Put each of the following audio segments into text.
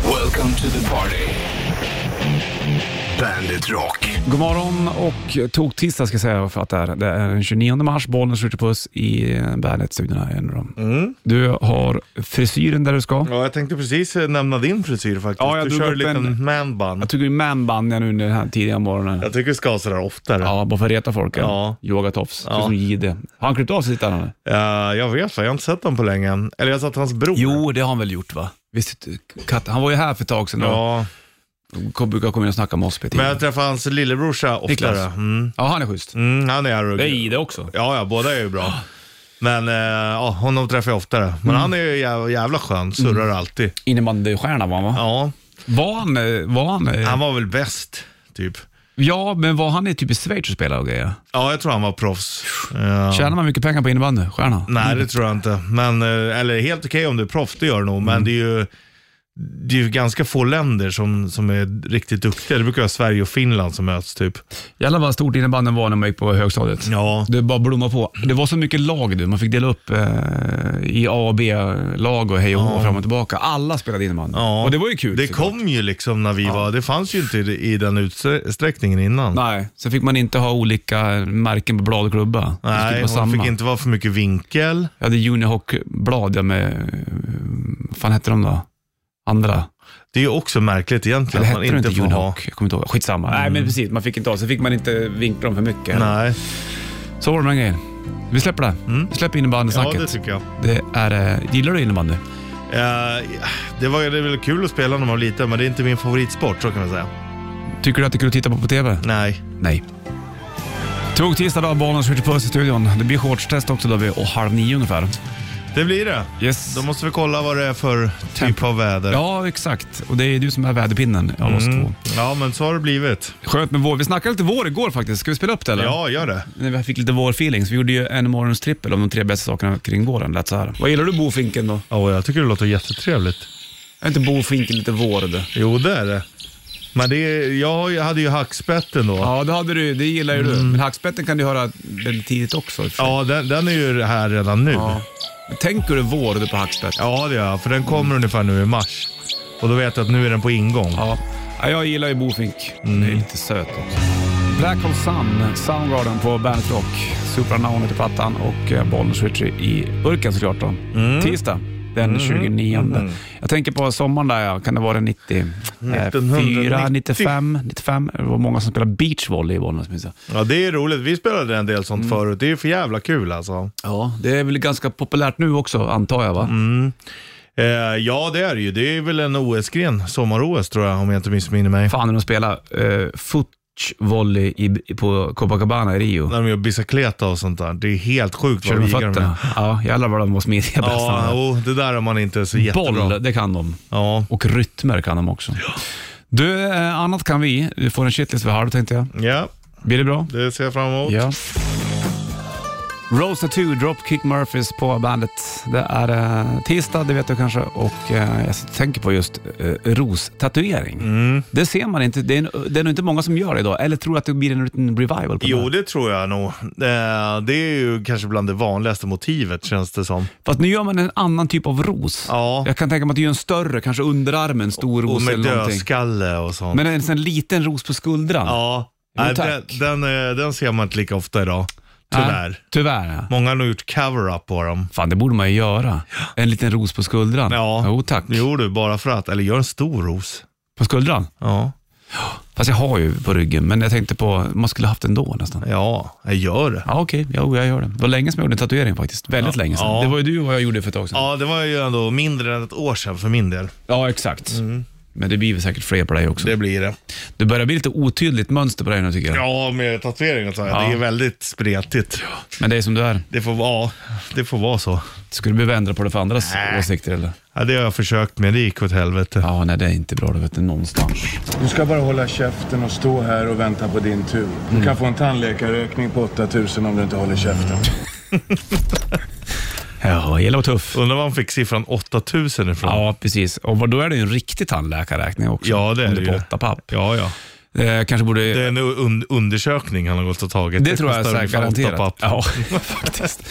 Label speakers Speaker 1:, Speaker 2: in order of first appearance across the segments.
Speaker 1: Welcome to the party. Bandit Rock.
Speaker 2: God morgon och tog tisdag ska jag säga för att det är, det är den 29 mars. Bollen skjuter puss i Bandet-studion här igen. då.
Speaker 3: Mm.
Speaker 2: Du har frisyren där du ska.
Speaker 3: Ja, jag tänkte precis eh, nämna din frisyr faktiskt.
Speaker 2: Ja, jag
Speaker 3: du
Speaker 2: drog
Speaker 3: kör
Speaker 2: upp
Speaker 3: lite
Speaker 2: en-
Speaker 3: man-bun.
Speaker 2: Jag tycker man jag nu under den här tidiga morgonen.
Speaker 3: Jag tycker vi ska ha sådär oftare. Ja.
Speaker 2: Ja, bara för att reta folk. Ja.
Speaker 3: Ja.
Speaker 2: Yogatofs,
Speaker 3: Ja.
Speaker 2: ja. som Jihde. Har han klippt av sitt där? eller?
Speaker 3: Eh, jag vet, jag har inte sett dem på länge. Eller jag har sett hans bror.
Speaker 2: Jo, det har han väl gjort va? Visst, katt, han var ju här för ett tag sedan och
Speaker 3: Ja,
Speaker 2: kom, brukar komma in och snacka med oss.
Speaker 3: men
Speaker 2: Men...
Speaker 3: jag träffar hans lillebrorsa oftare.
Speaker 2: Niklas.
Speaker 3: Mm.
Speaker 2: Ja, han är schysst.
Speaker 3: Mm, han är
Speaker 2: Det är
Speaker 3: arrogant.
Speaker 2: Jihde också.
Speaker 3: Ja, ja, båda är ju bra.
Speaker 2: Ah.
Speaker 3: Men eh, ja, honom träffar jag oftare. Men
Speaker 2: Mm.
Speaker 3: han är ju jävla, jävla skön, surrar alltid.
Speaker 2: Innebandystjärna var han va?
Speaker 3: Ja,
Speaker 2: Var han, eh, var han, eh,
Speaker 3: han var väl bäst, typ.
Speaker 2: Ja, men var han i typ i Schweiz och spelade och grejer?
Speaker 3: Ja, jag tror han var proffs. Ja.
Speaker 2: Tjänar man mycket pengar på innebandystjärna?
Speaker 3: Nej, det tror jag inte. Men, eh, eller helt okej om du är proff, det gör det nog.
Speaker 2: Mm.
Speaker 3: Men det är ju, det är ju ganska få länder som, som är riktigt duktiga. Det brukar vara Sverige och Finland som möts typ.
Speaker 2: Jävlar vad stort innebanden var när man gick på högstadiet.
Speaker 3: Ja,
Speaker 2: Det bara blommade på. Det var så mycket lag du. Man fick dela upp eh, i A och B-lag och hej och hå fram och tillbaka. Alla spelade innebandy.
Speaker 3: ja.
Speaker 2: Och det var ju kul.
Speaker 3: Det
Speaker 2: såklart.
Speaker 3: kom ju liksom när vi var, det fanns ju inte i, i den utsträckningen innan.
Speaker 2: Nej, sen fick man inte ha olika märken på blad och klubba. Det skulle
Speaker 3: Nej,
Speaker 2: vara
Speaker 3: hon
Speaker 2: samma.
Speaker 3: fick inte vara för mycket vinkel.
Speaker 2: Jag hade junihockeyblad ja, med, eh, vad fan hette de då? Andra?
Speaker 3: Det är ju också märkligt egentligen
Speaker 2: Eller
Speaker 3: att
Speaker 2: hette
Speaker 3: man
Speaker 2: de
Speaker 3: inte
Speaker 2: inte
Speaker 3: får ha.
Speaker 2: junihock? Jag kommer inte ihåg. Skitsamma. Mm. Nej, men precis. Man fick inte ha. Sen fick man inte vinkla dem för mycket.
Speaker 3: Nej,
Speaker 2: Så var det med den grejen. Vi släpper det. Vi släpper
Speaker 3: ja
Speaker 2: innebandysnacket.
Speaker 3: det tycker jag.
Speaker 2: Mm. Det är, eh, gillar du innebandy?
Speaker 3: Eh, det var det är väl kul att spela när man var liten, men det är inte min favoritsport, så kan man säga.
Speaker 2: Tycker du att det är kul att titta på på TV?
Speaker 3: Nej.
Speaker 2: Nej. Tog tisdag dag, barnen skjuter puss i studion. Det blir shortstest också då vid och halv nio ungefär.
Speaker 3: Det blir det.
Speaker 2: Yes.
Speaker 3: Då måste vi kolla vad det är för typ av väder. Mm.
Speaker 2: Ja, exakt. Och det är du som är väderpinnen av oss två.
Speaker 3: Ja, men så har det blivit.
Speaker 2: Skönt med vår. Vi snackade lite vår igår faktiskt. Ska vi spela upp det eller?
Speaker 3: Ja, gör det.
Speaker 2: När vi fick lite vår-feeling. Så vi gjorde ju en morgons trippel om de tre bästa sakerna kring våren. Lät så här. Vad gillar du bofinken då?
Speaker 3: Åh, jag tycker det låter jättetrevligt.
Speaker 2: Är inte bofinken lite vår? Det?
Speaker 3: Jo, det är det. Men det, är- jag hade ju hackspetten då. Ja,
Speaker 2: Ja, det, hade du, det gillar ju du. Men hackspetten kan du höra väldigt tidigt också. i och för sig.
Speaker 3: den, den är ju här redan nu. Ja.
Speaker 2: Ja. Tänker du vår du på hackspett?
Speaker 3: det gör jag. För den kommer ungefär nu i mars. Och då vet jag att nu är den på ingång.
Speaker 2: Ja. Ja, Jag gillar ju bofink. Den
Speaker 3: Mm.
Speaker 2: är lite söt också. Black Hole Sun, Soundgarden på Bandet Rock. Supranaon heter plattan och eh, Bollnäs Ritchie i burken såklart. Då.
Speaker 3: Mm.
Speaker 2: Tisdag den 29. Jag tänker på sommaren där, ja. kan det vara den 90? 94, 95, 95? Det var många som spelade beachvolley i Bollnäs minns jag.
Speaker 3: Ja, det är roligt. Vi spelade en del sånt förut. Det är ju för jävla kul alltså.
Speaker 2: Ja, det är väl ganska populärt nu också antar jag va?
Speaker 3: Mm. Eh, ja, det är det ju. Det är väl en OS-gren. Sommar-OS tror jag, om jag inte missminner mig.
Speaker 2: Fan när de spelade eh, footvolley i, på Copacabana i Rio.
Speaker 3: När de gör bicicleta och sånt där. Det är helt sjukt
Speaker 2: Kör
Speaker 3: vad
Speaker 2: med
Speaker 3: vigar de är.
Speaker 2: fötterna? Ja, jävlar vad de var smidiga
Speaker 3: Ja,
Speaker 2: bästarna.
Speaker 3: jo, det där är man inte så jättebra.
Speaker 2: Boll, det kan de.
Speaker 3: Ja,
Speaker 2: Och rytmer kan de också. Du, eh, annat kan vi. Du får en shitlist vid halv tänkte jag.
Speaker 3: ja
Speaker 2: Blir det bra?
Speaker 3: det ser jag fram emot.
Speaker 2: Ja. Rose Tattoo, Dropkick Murphys på bandet. Det är eh, tisdag, det vet du kanske. Och eh, jag tänker på just eh, rostatuering.
Speaker 3: Mm.
Speaker 2: Det ser man inte. Det är, en, det är nog inte många som gör det idag. Eller tror att det blir en liten revival på det
Speaker 3: Jo,
Speaker 2: här.
Speaker 3: det tror jag nog. Eh, Det är ju kanske bland det vanligaste motivet känns det som.
Speaker 2: Fast nu gör man en annan typ av ros.
Speaker 3: Ja,
Speaker 2: Jag kan tänka mig att du gör en större, kanske underarmen, stor
Speaker 3: och
Speaker 2: ros
Speaker 3: med
Speaker 2: eller någonting.
Speaker 3: dödskalle och sånt.
Speaker 2: Men en sån liten ros på skuldran?
Speaker 3: ja,
Speaker 2: Jo,
Speaker 3: Nej, den,
Speaker 2: tack.
Speaker 3: den, eh, den ser man inte lika ofta idag. Tyvärr.
Speaker 2: Nej, tyvärr, ja.
Speaker 3: Många har nog gjort cover-up på dem.
Speaker 2: Fan, det borde man ju göra. En liten ros på skuldran.
Speaker 3: Ja.
Speaker 2: Jo tack.
Speaker 3: Jo du, bara för att. Eller gör en stor ros.
Speaker 2: På skuldran?
Speaker 3: Ja,
Speaker 2: Fast jag har ju på ryggen, men jag tänkte på, man skulle haft den då nästan.
Speaker 3: ja jag gör det.
Speaker 2: Ja, okej. Jo, jag gör det. Det var länge sedan jag gjorde en tatuering faktiskt. Väldigt länge sedan.
Speaker 3: Ja.
Speaker 2: Det var ju du och jag gjorde för ett tag sedan.
Speaker 3: Ja, det var ju ändå mindre än ett år sedan för min del.
Speaker 2: Ja, exakt. Men det blir väl säkert fler på dig också.
Speaker 3: Mm. Det blir det.
Speaker 2: Det börjar bli lite otydligt mönster på dig nu tycker jag.
Speaker 3: Ja, med tatueringen så här.
Speaker 2: Ja.
Speaker 3: Det är väldigt spretigt.
Speaker 2: Men det är som du är.
Speaker 3: Det får, vara, det får vara så.
Speaker 2: Skulle du behöva ändra på det för andras åsikter eller?
Speaker 3: Ja, det har jag försökt men det gick åt helvete.
Speaker 2: Ja, nej det är inte bra. Du vet, någonstans.
Speaker 4: Du ska bara hålla käften och stå här och vänta på din tur. Du kan få en tandläkarräkning på 8000 om du inte håller käften.
Speaker 2: Ja, gäller att vara tuff.
Speaker 3: Undrar var han fick siffran 8000 ifrån.
Speaker 2: Ja, precis. Och vad- då är det ju en riktig tandläkarräkning också.
Speaker 3: Ja, det är
Speaker 2: Om
Speaker 3: det
Speaker 2: på
Speaker 3: ju.
Speaker 2: åtta papp.
Speaker 3: ja. ja.
Speaker 2: Eh, kanske borde...
Speaker 3: Det
Speaker 2: Det,
Speaker 3: är en un- undersökning han har gått och tagit.
Speaker 2: tror jag
Speaker 3: kostar
Speaker 2: säkert
Speaker 3: ungefär åtta
Speaker 2: garanterat.
Speaker 3: papp.
Speaker 2: Ja, faktiskt.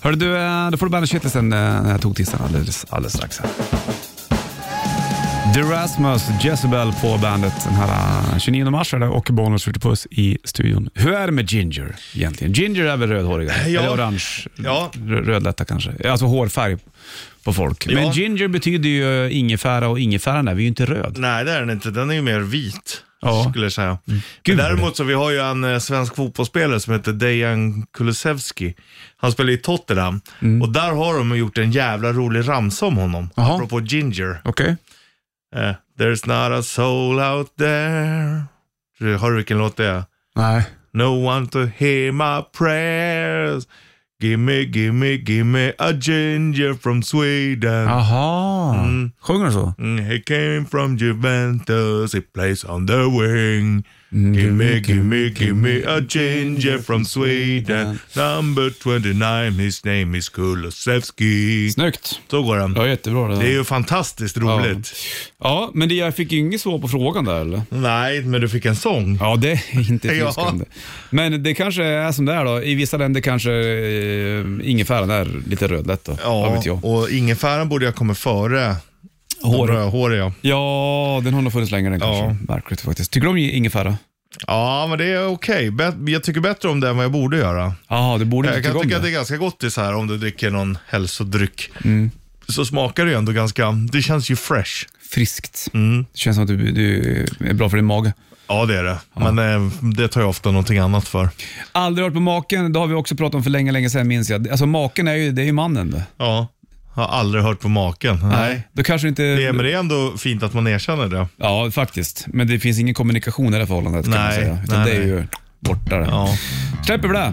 Speaker 2: Hörru du, eh, då får du bandet shitlisten eh, när jag tog tisdagen alldeles, alldeles strax. Här. The Rasmus Jezebel på bandet den här äh, 29 mars är det och Bonus skjuter puss i studion. Hur är det med Ginger egentligen? Ginger är väl rödhåriga?
Speaker 3: Ja.
Speaker 2: Eller orange?
Speaker 3: Ja.
Speaker 2: r- Rödlätta kanske? Alltså hårfärg på folk.
Speaker 3: Ja.
Speaker 2: Men Ginger betyder ju eh, ingefära och ingefäran är vi ju inte röd.
Speaker 3: Nej, det är den inte. Den är ju mer vit,
Speaker 2: Ja. Mm.
Speaker 3: skulle jag säga.
Speaker 2: Gud,
Speaker 3: Men
Speaker 2: vad
Speaker 3: däremot så vi har ju en eh, svensk fotbollsspelare som heter Dejan Kulusevski. Han spelar i Tottenham och där har de gjort en jävla rolig ramsa om honom,
Speaker 2: Mm. Jaha.
Speaker 3: apropå Ginger.
Speaker 2: Okej.
Speaker 3: Eh, There's not a soul out there. Har du vilken låt det är?
Speaker 2: Nej.
Speaker 3: No one to hear my prayers. Gimme, gimme, gimme a ginger from Sweden.
Speaker 2: Jaha. Sjunger du så?
Speaker 3: Mm, He came from Juventus, he plays on the wing. Gimme, gimme, gimme a ginger from Sweden. Number 29, his name is Kulusevski.
Speaker 2: Snyggt.
Speaker 3: Så går den.
Speaker 2: Ja, jättebra det där.
Speaker 3: Det är ju fantastiskt roligt.
Speaker 2: Ja, men det, jag fick ju inget svar på frågan där eller?
Speaker 3: Nej, men du fick en sång.
Speaker 2: Ja, det är inte
Speaker 3: Ja.
Speaker 2: trilskande. Men det kanske är som det är då. I vissa länder kanske eh, ingefäran är lite rödlätt då. Vad
Speaker 3: Ja,
Speaker 2: vet jag.
Speaker 3: och ingefäran borde jag komma före. Hår. Rödhåriga.
Speaker 2: Ja, den har nog funnits längre den kanske.
Speaker 3: Ja.
Speaker 2: Märkligt faktiskt. Tycker du om ingefära?
Speaker 3: Ja, men det är okej. Bet- Jag tycker bättre om det än vad jag borde göra.
Speaker 2: Ja, det borde
Speaker 3: Jag
Speaker 2: inte
Speaker 3: kan
Speaker 2: tycka om
Speaker 3: tycka att det
Speaker 2: det.
Speaker 3: är ganska gott i så här om du dricker någon hälsodryck.
Speaker 2: Mm.
Speaker 3: Så smakar det ju ändå ganska, det Mm. känns ju fresh.
Speaker 2: Friskt. Det känns som att du, du är bra för din mage.
Speaker 3: Ja det är det, men eh, det tar jag ofta någonting annat för.
Speaker 2: Aldrig hört på maken, det har vi också pratat om för länge, länge sedan minns jag. Alltså maken är ju, det är ju mannen det.
Speaker 3: Ja, har aldrig hört på maken. Nej.
Speaker 2: Då kanske inte...
Speaker 3: Det, är- men det är ändå fint att man erkänner det.
Speaker 2: Ja, faktiskt. Men det finns ingen kommunikation i det här förhållandet kan man
Speaker 3: Nej,
Speaker 2: säga. Utan
Speaker 3: nej,
Speaker 2: det är
Speaker 3: nej.
Speaker 2: ju borta det.
Speaker 3: Ja.
Speaker 2: Släpper vi det,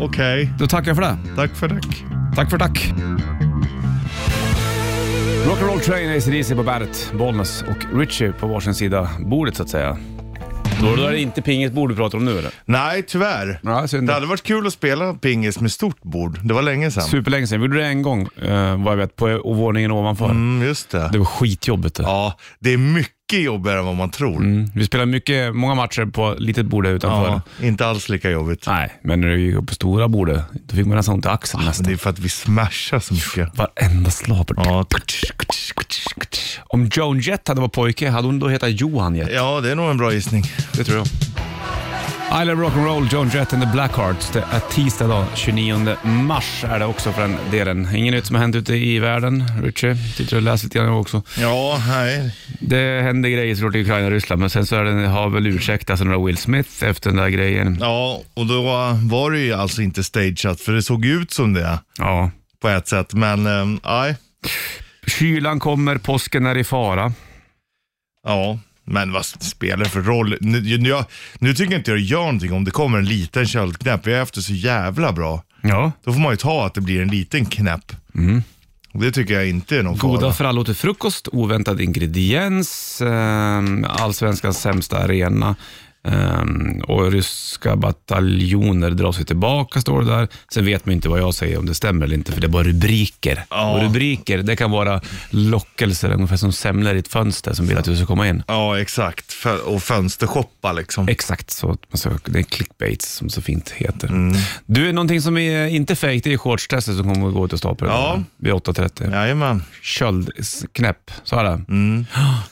Speaker 3: Okej,
Speaker 2: då tackar jag för det.
Speaker 3: tack för tack.
Speaker 2: Tack för tack. Rock'n'roll train, ACDC på bandet, Bollnäs och Richie på varsin sida bordet så att säga. Då, då är det inte pinget bord du pratar om nu eller?
Speaker 3: Nej, tyvärr.
Speaker 2: Ja, synd.
Speaker 3: Det hade varit kul att spela pingis med stort bord. Det var länge sedan.
Speaker 2: Superlänge sedan. Vi gjorde det en gång, eh, vad jag vet, på o- våningen ovanför.
Speaker 3: Mm, just det.
Speaker 2: Det var skitjobbigt det.
Speaker 3: Ja, det är mycket jobbigare än vad man tror.
Speaker 2: Mm. Vi spelade mycket, många matcher på litet bord där utanför.
Speaker 3: Ja, inte alls lika jobbigt.
Speaker 2: Nej, men när du gick upp på stora bordet, då fick man nästan ont i axeln
Speaker 3: Men
Speaker 2: nästan.
Speaker 3: Det är för att vi smashar så mycket.
Speaker 2: Varenda slaper.
Speaker 3: Ja.
Speaker 2: Om Joan Jett hade varit pojke, hade hon då hetat Johan Jett?
Speaker 3: ja, det är nog en bra gissning.
Speaker 2: Det tror jag. I love rock'n'roll, Joan Jett and the Blackhearts. Det är tisdag dag, 29 mars är det också för den delen. Ingen nytt som har hänt ute i världen, Richie. Tittar du och läser lite grann också.
Speaker 3: Ja, nej.
Speaker 2: Det händer grejer såklart i Ukraina och Ryssland, men sen så är den, har väl ursäktats några Will Smith efter den där grejen.
Speaker 3: Ja, och då var det ju alltså inte stageat, för det såg ju ut som det
Speaker 2: Ja.
Speaker 3: på ett sätt. Men eh, nej,
Speaker 2: Kylan kommer, påsken är i fara.
Speaker 3: ja. Men vad spelar det för roll? Nu, nu, jag, nu tycker inte jag det gör någonting om det kommer en liten köldknäpp. Vi har haft det så jävla bra.
Speaker 2: Ja.
Speaker 3: Då får man ju ta att det blir en liten knäpp. Och det tycker jag inte är någon
Speaker 2: Goda
Speaker 3: fara.
Speaker 2: för till frukost, oväntad ingrediens, ehm, allsvenskans sämsta arena ehm, och ryska bataljoner drar sig tillbaka, står det där. Sen vet man inte vad jag säger, om det stämmer eller inte, för det är bara rubriker.
Speaker 3: Ja.
Speaker 2: Och rubriker, det kan vara lockelser, ungefär som semlor i ett fönster som vill att du ska komma in.
Speaker 3: Ja, exakt. Fö- och fönstershoppa liksom.
Speaker 2: Exakt så, att man söker. det är clickbaits som så fint heter.
Speaker 3: Mm.
Speaker 2: Du, någonting som är inte fejk, det är shortstestet som kommer att gå ut och stapla
Speaker 3: Ja.
Speaker 2: vid 8.30
Speaker 3: Jajamän.
Speaker 2: köldknäpp. Så är det.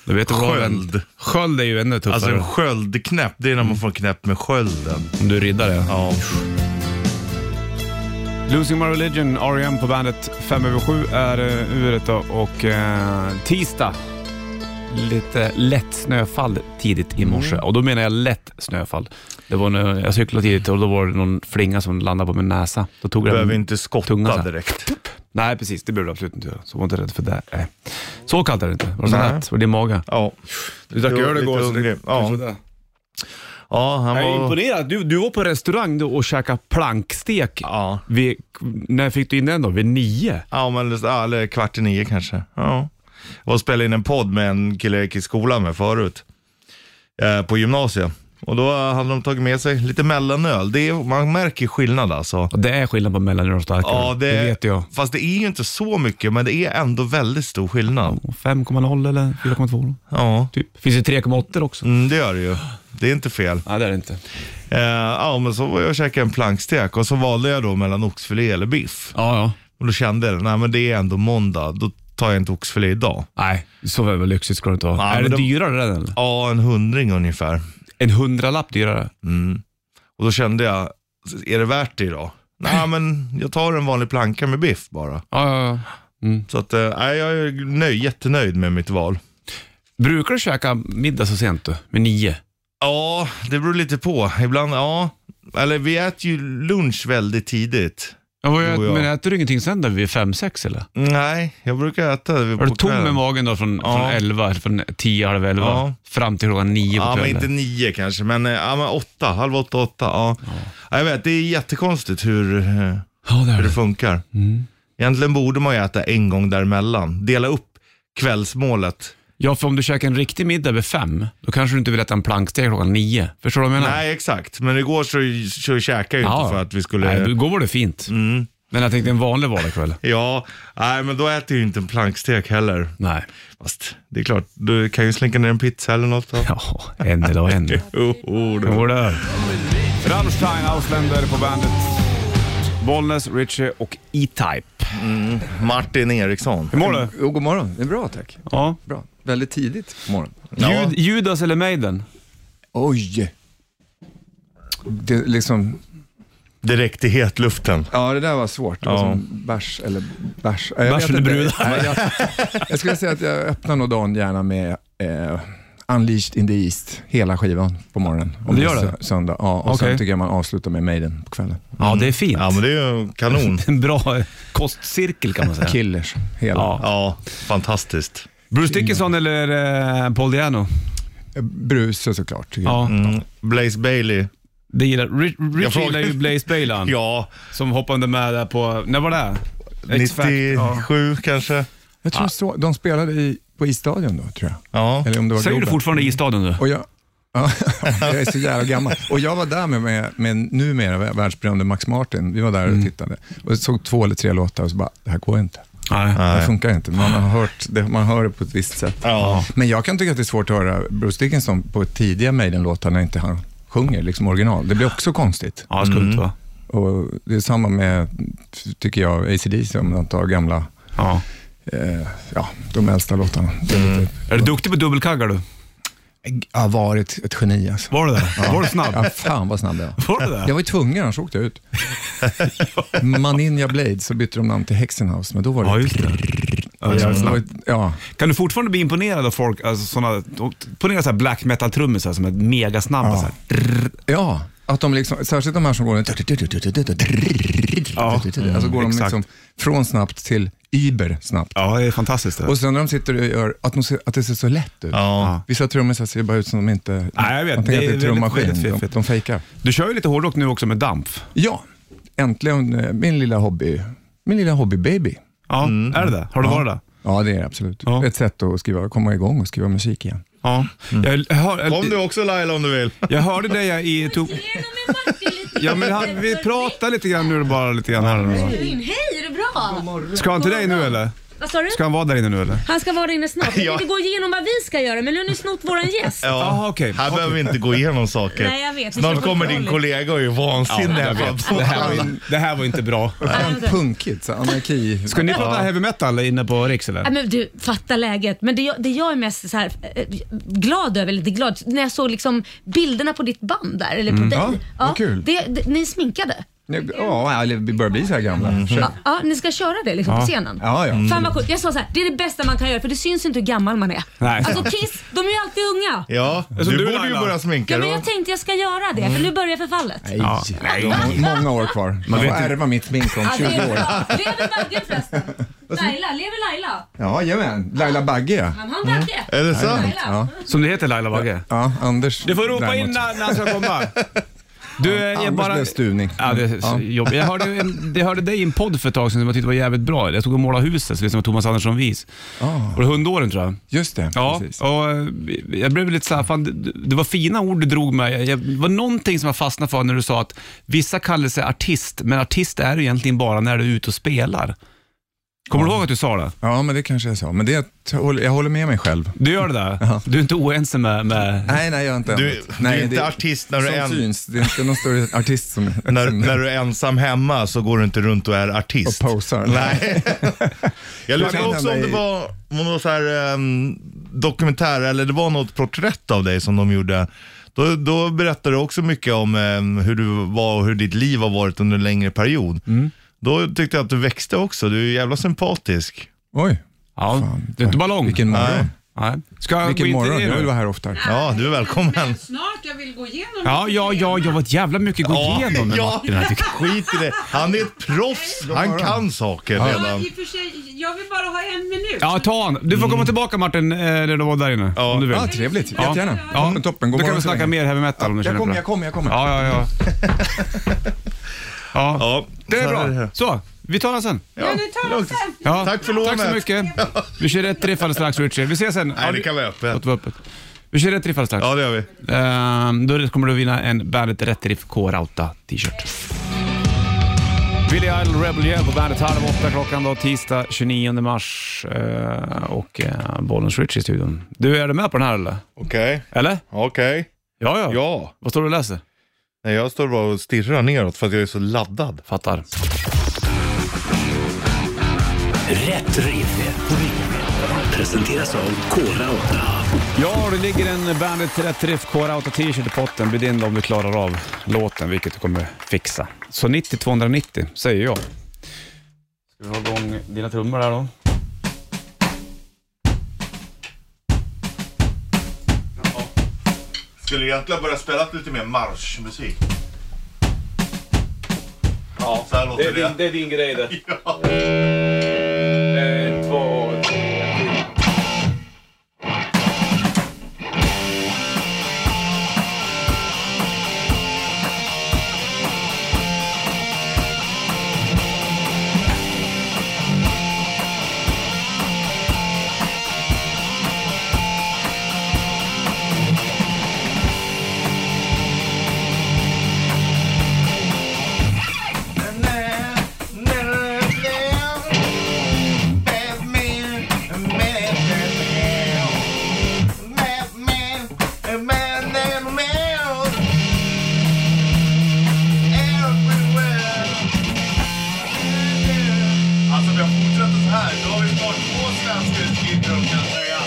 Speaker 2: Då vet du vad en-
Speaker 3: Sköld.
Speaker 2: Sköld är ju ännu tuffare.
Speaker 3: Alltså en sköldknäpp, det är när man får en knäpp med skölden.
Speaker 2: om du är riddare.
Speaker 3: Ja.
Speaker 2: Losing My Religion, R.E.M. på bandet. Fem över sju är uh, uret då och eh, tisdag. Lite lätt snöfall tidigt i morse och då menar jag lätt snöfall. Det var när jag cyklade tidigt och då var det någon flinga som landade på min näsa. Då tog
Speaker 3: Du
Speaker 2: den-
Speaker 3: behöver inte
Speaker 2: tunga så
Speaker 3: skotta
Speaker 2: här.
Speaker 3: direkt.
Speaker 2: Nej, precis. Det behöver du absolut inte göra. Så var inte rädd för det. Nej. Så kallt är det inte. Var det så
Speaker 3: Nej.
Speaker 2: lätt? Var det din mage?
Speaker 3: Ja.
Speaker 2: Du drack
Speaker 3: Jo,
Speaker 2: öl igår.
Speaker 3: lite
Speaker 2: så det-
Speaker 3: hungrig. Ja.
Speaker 2: kanske det.
Speaker 3: Ja, han
Speaker 2: Jag är
Speaker 3: var...
Speaker 2: imponerad. Du, du var på restaurang då och käkade plankstek.
Speaker 3: Ja.
Speaker 2: Vid, när fick du in den då? Vid nio?
Speaker 3: Ja, men det- ja, eller kvart i nio kanske. Ja. Jag var och spelade in en podd med en kille jag gick i skolan med förut. Eh, på gymnasiet. Och då hade de tagit med sig lite mellanöl. Det är, man märker skillnad alltså.
Speaker 2: Och det är skillnad på mellanöl och starkare.
Speaker 3: Ja, det,
Speaker 2: vet jag.
Speaker 3: Fast det är ju inte så mycket, men det är ändå väldigt stor skillnad.
Speaker 2: 5,0 eller 4,2
Speaker 3: Ja,
Speaker 2: typ. Finns det 3,8 också?
Speaker 3: mm, det gör det ju. Det är inte fel.
Speaker 2: Nej, det är det inte.
Speaker 3: Eh, ja, men så var jag och käkade en plankstek och så valde jag då mellan oxfilé eller biff.
Speaker 2: Ja, ja.
Speaker 3: Och då kände jag, nej men det är ändå måndag. Då tar jag en oxfilé idag?
Speaker 2: Nej, så väl lyxigt ska det inte vara.
Speaker 3: Nej,
Speaker 2: är det
Speaker 3: men de-
Speaker 2: dyrare den? eller?
Speaker 3: Ja, en hundring ungefär. Mm.
Speaker 2: En hundralapp dyrare?
Speaker 3: Och då kände jag, är det värt det idag? Nej, men jag tar en vanlig planka med biff bara.
Speaker 2: Ja, ja, ja.
Speaker 3: Så att, eh, nej, jag är nöjd, jättenöjd med mitt val.
Speaker 2: Brukar du käka middag så sent du? Med nio?
Speaker 3: Ja, det beror lite på. Ibland, ja. Eller vi äter ju lunch väldigt tidigt.
Speaker 2: Ja, vad
Speaker 3: Jo,
Speaker 2: jag,
Speaker 3: ja.
Speaker 2: Men äter du ingenting sen då vid fem, sex eller?
Speaker 3: Nej, jag brukar äta vid-
Speaker 2: Är du
Speaker 3: på
Speaker 2: tom i
Speaker 3: kvällen.
Speaker 2: magen då från,
Speaker 3: Ja.
Speaker 2: från elva, från tio, halv elva
Speaker 3: Ja.
Speaker 2: fram till klockan nio på
Speaker 3: Ja, men
Speaker 2: kvällen?
Speaker 3: inte nio kanske, men, eh, ja, men åtta, halv åtta, åtta. Ja. Ja, jag vet, det är jättekonstigt hur, eh,
Speaker 2: Ja, det är
Speaker 3: hur det
Speaker 2: det.
Speaker 3: funkar.
Speaker 2: Mm.
Speaker 3: Egentligen borde man ju äta en gång däremellan. Dela upp kvällsmålet.
Speaker 2: Ja, för om du käkar en riktig middag vid fem, då kanske du inte vill äta en planksteg klockan nio. Förstår du vad jag menar?
Speaker 3: Nej, exakt. Men igår så, så käkade jag ju
Speaker 2: Ja.
Speaker 3: inte för att vi skulle... Mm.
Speaker 2: Nej, då går det fint. Men jag tänkte en vanlig vardagskväll.
Speaker 3: Ja, nej men då äter jag ju inte en plankstek heller.
Speaker 2: Nej.
Speaker 3: Fast det är klart, du kan ju slänga ner en pizza eller något. Då.
Speaker 2: Ja, en idag en.
Speaker 3: Oh, oh,
Speaker 2: Hur
Speaker 3: då.
Speaker 2: går det? Rammstein, Ausländer på bandet. Bollnäs, Richie och E-Type.
Speaker 3: Martin Eriksson.
Speaker 2: Hur mår du?
Speaker 1: Jo, god morgon. Det är bra tack.
Speaker 2: Ja.
Speaker 1: Bra. Väldigt tidigt på morgonen.
Speaker 3: Ja.
Speaker 2: Jud, Judas eller Maiden?
Speaker 1: Oj! Det, liksom,
Speaker 3: Direkt i hetluften.
Speaker 1: ja, det där var svårt. Det var
Speaker 3: Ja.
Speaker 1: som bärs eller bärs. Ja, jag
Speaker 2: Bärs
Speaker 1: vet
Speaker 2: eller
Speaker 1: inte.
Speaker 2: brudar?
Speaker 1: Nej, Jag, jag skulle säga att jag öppnar nog dagen gärna med eh, Unleashed in the East, hela skivan på morgonen.
Speaker 2: Du gör
Speaker 1: är sö- Söndag. Ja, och
Speaker 2: Okej.
Speaker 1: sen tycker jag man avslutar med Maiden på kvällen.
Speaker 2: Ja, det är fint.
Speaker 3: Mm. Ja, men det är ju kanon.
Speaker 2: En bra kostcirkel kan man säga.
Speaker 1: Killers, hela.
Speaker 2: Ja.
Speaker 3: Ja, fantastiskt.
Speaker 2: Bruce Dickinson eller eh, Paul Diano?
Speaker 1: Eh, Bruse såklart. Tycker jag.
Speaker 2: Ja,
Speaker 3: Mm. Blaze Bailey.
Speaker 2: det gillar Rich, Rich
Speaker 3: frågar-
Speaker 2: gillar ju Blaze Bailan
Speaker 3: Ja,
Speaker 2: som hoppade med där på, när var det? X-Factor.
Speaker 3: 97 kanske.
Speaker 1: Jag tror så, de spelade i, på Isstadion då, tror jag.
Speaker 3: Ja.
Speaker 1: Eller om det var
Speaker 2: Säger du
Speaker 1: Globen.
Speaker 2: fortfarande i staden nu?
Speaker 1: Och jag, ja, jag är så jävla gammal. Och jag var där med, med, med numera världsberömde Max Martin. Vi var där och
Speaker 2: Mm.
Speaker 1: tittade och såg två eller tre låtar och så bara, det här går inte.
Speaker 2: Nej.
Speaker 1: Det här funkar inte. Man har hört det, man hör det på ett visst sätt.
Speaker 3: Ja.
Speaker 1: Men jag kan tycka att det är svårt att höra Bruce Dickinson på tidiga Maiden-låtar när inte han sjunger liksom original. Det blir också konstigt.
Speaker 2: Ja, skumt va?
Speaker 1: Och det är samma med, tycker jag, ACDC om man tar gamla,
Speaker 2: Ja.
Speaker 1: eh, ja, de äldsta låtarna. Det är lite,
Speaker 2: Är du duktig på dubbelkaggar du?
Speaker 1: jag har varit ett geni alltså.
Speaker 2: Var du det? Var du snabb?
Speaker 1: Ja, fan vad snabb jag var.
Speaker 2: Var du det?
Speaker 1: Jag var ju tvungen, annars åkte jag ut. Maninja Blade, så bytte de namn till Hexenhouse, men då var det...
Speaker 2: Ja, just det.
Speaker 1: Ja,
Speaker 2: jävlar.
Speaker 1: det var ett- ja.
Speaker 2: Kan du fortfarande bli imponerad av folk, alltså såna, ponera så här black metal-trummisar som är megasnabba så här.
Speaker 1: ja, att de liksom, särskilt de här som går...
Speaker 2: Ja,
Speaker 1: alltså går de
Speaker 2: exakt.
Speaker 1: liksom från snabbt till über snabbt.
Speaker 2: Ja, det är fantastiskt det.
Speaker 1: Och sen när de sitter och gör, att, de ser, att det ser så lätt ut.
Speaker 3: Ja.
Speaker 1: Vissa trummisar ser bara ut som de inte...
Speaker 2: Nej, jag vet.
Speaker 1: Man tänker
Speaker 2: Det är
Speaker 1: att det är trummaskin.
Speaker 2: väldigt- väldigt
Speaker 1: de,
Speaker 2: fiffigt.
Speaker 1: de fejkar.
Speaker 2: Du kör ju lite hårdrock nu också med DAMF.
Speaker 1: Ja, äntligen eh, min lilla hobby. Min lilla hobbybaby.
Speaker 2: Ja, är det det? Har du varit det?
Speaker 1: Mm. Ja, det är det absolut.
Speaker 2: Ja.
Speaker 1: Ett sätt att skriva, komma igång och skriva musik igen.
Speaker 2: Ja.
Speaker 1: Mm.
Speaker 2: Jag, hör,
Speaker 3: Kom du också Laila om du vill.
Speaker 2: jag hörde dig jag i... Tog, ja, men han, vi pratar lite grann nu bara lite grann här. nu
Speaker 5: Mm, Hej, är det bra?
Speaker 2: då. Ska han till dig nu eller?
Speaker 5: Vad sa du?
Speaker 2: Ska han vara där inne nu eller?
Speaker 5: Han ska vara inne snart. Vi
Speaker 3: Ja.
Speaker 5: tänkte gå igenom vad vi ska göra, men nu har ni snott våran gäst.
Speaker 3: Ja.
Speaker 2: Aha, Ah, okej.
Speaker 3: Här
Speaker 2: Okej.
Speaker 3: behöver vi inte gå igenom saker.
Speaker 5: Nej, jag vet. Det
Speaker 3: Snart
Speaker 5: känns
Speaker 3: kommer din
Speaker 5: otroligt.
Speaker 3: kollega och är vansinnig. här framför.
Speaker 2: Det här, var, ju- det här var inte bra.
Speaker 1: Skönt
Speaker 5: Äh,
Speaker 1: punkigt, så anarki.
Speaker 2: Ska ni prata heavy metal inne på Riks
Speaker 5: Ja,
Speaker 2: eller?
Speaker 5: äh, men du, fatta läget. Men det jag, det jag är mest så här, eh, glad över, lite glad, när jag såg liksom bilderna på ditt band där, eller på dig.
Speaker 1: Ja, vad kul.
Speaker 5: Det, det, ni är sminkade.
Speaker 1: Ja, eller vi börjar bli så här gamla.
Speaker 2: Mm.
Speaker 5: Ja, ja, ni ska köra det liksom på scenen.
Speaker 1: Ja, ja.
Speaker 5: Fan vad coolt. Jag sa så här, det är det bästa man kan göra för det syns inte hur gammal man är.
Speaker 2: Nej.
Speaker 5: Alltså Kiss, de är ju alltid unga.
Speaker 3: Ja, du,
Speaker 2: Som du,
Speaker 3: borde ju
Speaker 2: Laila.
Speaker 3: börja sminka
Speaker 5: Ja, men
Speaker 3: dig.
Speaker 5: jag tänkte jag ska göra det, för nu börjar förfallet.
Speaker 2: Ja.
Speaker 1: Nej, många år kvar. Man
Speaker 2: vet
Speaker 1: får
Speaker 2: inte.
Speaker 1: ärva mitt smink om
Speaker 5: Ja, det
Speaker 1: 20
Speaker 5: är
Speaker 1: år.
Speaker 5: bra. Lever Bagge förresten? Laila, lever Laila?
Speaker 1: Jajamän, Laila Bagge ja.
Speaker 5: Han har Bagge.
Speaker 3: Mm. Är det sant?
Speaker 5: Laila.
Speaker 1: Ja.
Speaker 2: Som det heter Laila Bagge?
Speaker 1: Ja, Anders
Speaker 2: Du får ropa in
Speaker 1: däremot.
Speaker 2: när, när han ska komma. Du, eh, jag
Speaker 1: Anders
Speaker 2: bara...
Speaker 1: blev stuvning.
Speaker 2: Ja, det är så jobbigt. Jag hörde, en- jag hörde dig i en podd för ett tag sedan som jag tyckte var jävligt bra. Jag stod och målade huset, så det som var Thomas Andersson Vis. Var det hundåren tror jag?
Speaker 1: Just det,
Speaker 2: Ja,
Speaker 1: precis.
Speaker 2: och eh, jag blev lite såhär, fan, det, det var fina ord du drog med. Jag- jag- Det var någonting som jag fastnade för när du sa att vissa kallar sig artist, men artist är du egentligen bara när du är ute och spelar. Kommer du ihåg att du sa det?
Speaker 1: Ja, men det kanske jag sa. Men det, jag håller med mig själv.
Speaker 2: Du gör det där? Du är inte oense med... med...
Speaker 1: Nej, nej, jag har inte
Speaker 3: Du-
Speaker 1: ändrat.
Speaker 3: du är
Speaker 1: nej,
Speaker 3: inte artist när du
Speaker 1: som
Speaker 3: är en-
Speaker 1: syns. Det är inte någon större artist som...
Speaker 3: När,
Speaker 1: som-
Speaker 3: när du är ensam hemma så går du inte runt och är artist.
Speaker 1: Och posar.
Speaker 3: Nej. Jag lyssnade
Speaker 1: kan
Speaker 3: också om
Speaker 1: hända
Speaker 3: det
Speaker 1: i-
Speaker 3: var om någon så här, ehm, dokumentär, eller det var något porträtt av dig som de gjorde. Då, då berättade du också mycket om ehm, hur du var och hur ditt liv har varit under en längre period.
Speaker 2: Mm.
Speaker 3: Då tyckte jag att du växte också. Du är jävla sympatisk.
Speaker 1: Oj,
Speaker 2: Ja,
Speaker 1: Fan,
Speaker 2: du är inte bara lång.
Speaker 1: vilken morgon.
Speaker 2: Nej. Ska jag
Speaker 1: Vilken
Speaker 2: gå in till
Speaker 1: morgon.
Speaker 2: dig
Speaker 1: Jag vill
Speaker 2: nu?
Speaker 1: vara här oftare.
Speaker 3: Ja, du är välkommen.
Speaker 6: Snart, jag vill gå igenom
Speaker 2: Ja,
Speaker 6: lite
Speaker 2: ja, ja,
Speaker 6: schema.
Speaker 2: jag var ett jävla mycket att gå
Speaker 3: Ja,
Speaker 2: igenom med
Speaker 3: ja.
Speaker 2: Martin. här, tycker jag.
Speaker 3: Skit i det. Han är ett proffs. Han kan saker
Speaker 6: Ja,
Speaker 3: redan.
Speaker 6: i och för sig, jag vill bara ha en minut.
Speaker 2: Ja, ta han. Du får komma tillbaka Martin, eh, när du var där inne.
Speaker 3: Ja.
Speaker 2: Om du vill.
Speaker 1: Mm. Ja, trevligt.
Speaker 6: Ja.
Speaker 1: Jättegärna. Ja, men toppen. God
Speaker 2: Då kan
Speaker 1: morgon
Speaker 2: vi
Speaker 1: så
Speaker 2: snacka
Speaker 1: länge.
Speaker 2: mer heavy metal om du
Speaker 1: Jag
Speaker 2: känner för
Speaker 1: kommer,
Speaker 2: det.
Speaker 1: jag kommer, jag kommer.
Speaker 2: Ja, ja, ja. ja.
Speaker 3: Ja,
Speaker 2: Det
Speaker 3: så
Speaker 2: är
Speaker 3: här
Speaker 2: bra. Så, vi tar den sen.
Speaker 6: ja, ni tar det
Speaker 3: lugnt.
Speaker 6: sen.
Speaker 2: Ja.
Speaker 3: Tack för lånet.
Speaker 2: Tack så mycket. Vi kör ett riff alldeles strax Richie. Vi ses sen.
Speaker 3: Nej, det kan vara öppet.
Speaker 2: Låt vara öppet. Vi kör ett riff alldeles strax.
Speaker 3: Ja, det gör vi.
Speaker 2: Ehm, då kommer du vinna en Bandet Rätt Riff K-Rauta t-shirt. Billy Idol Rebel Year på Bandet halv åtta klockan då, tisdag 29 mars. Eh, och uh, Bollens Richie i studion. Du, är du med på den här eller?
Speaker 3: Okej,
Speaker 2: Eller?
Speaker 3: okej.
Speaker 2: Ja, ja.
Speaker 3: Ja.
Speaker 2: Vad står du och läser?
Speaker 3: Nej, jag står bara och stirrar neråt för att jag är så laddad.
Speaker 2: Fattar.
Speaker 7: Rätt riff. Presenteras av Kora 8.
Speaker 2: Ja, det ligger en Bandet Rätt Riff K-Rauta t-shirt i potten. Bjud in om du klarar av låten, vilket du kommer fixa. Så 90-290 säger jag. Ska vi ha igång dina trummor här då?
Speaker 3: Skulle egentligen börja spela lite mer marschmusik. Ja, så här låter
Speaker 2: det är din grej det.
Speaker 3: Ja.
Speaker 2: Eh, två,
Speaker 3: Alltså om jag fortsätter så här, då har vi snart två svenska skidrum kan jag säga.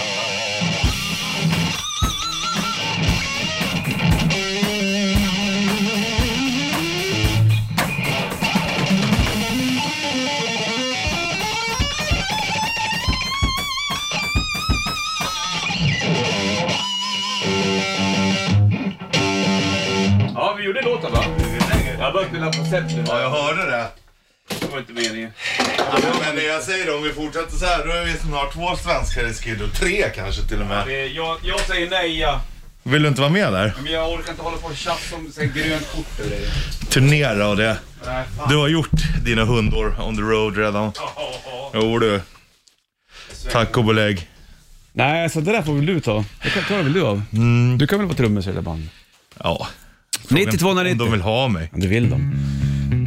Speaker 2: Ja, vi gjorde låten va? Jag började spela på set.
Speaker 3: Ja, jag hörde det.
Speaker 2: Det var inte meningen.
Speaker 3: Ja, men det jag säger då, om vi fortsätter så här, då är vi snart två svenskar i skidor. Tre kanske till och med.
Speaker 2: Eh, Jag, jag säger nej ja.
Speaker 3: Vill du inte vara med där?
Speaker 2: Men jag orkar inte hålla på och tjafsa om sen grönt kort eller det.
Speaker 3: Turnera och det.
Speaker 2: Nej, fan.
Speaker 3: Du har gjort dina hundår on the road redan. Jo du. Tack och belägg.
Speaker 2: Nej, så det där får väl du ta. Det kan- klarar väl du av? Du kan väl vara trummis i det där bandet?
Speaker 3: Ja.
Speaker 2: 9290.
Speaker 3: Mm. Om de vill ha mig.
Speaker 2: Ja, Det vill de.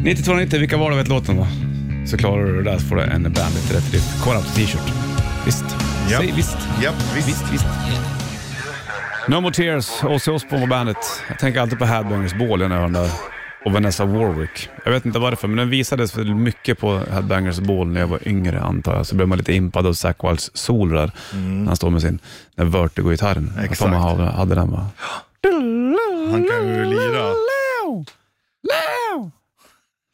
Speaker 2: 9290, vilka var det vet låten då? Så klarar du det där så får du en Bandet Rätt Riff Kolla på t-shirt. Visst.
Speaker 3: Ja.
Speaker 2: Säg visst.
Speaker 3: Japp, visst.
Speaker 2: Visst, visst. No More Tears, Ozzy Osbourne på bandet. Jag tänker alltid på Headbangers Ball när jag hör den där. Och Vanessa Warwick. Jag vet inte varför, men den visades väl mycket på Headbangers Ball när jag var yngre antar jag. Så blev man lite impad av Zakk Wildes sol där. När han står med sin den Vertigo-gitarren. Jag tror man hade- hade den va?
Speaker 3: Han kan ju lira.
Speaker 2: Leo! Leo!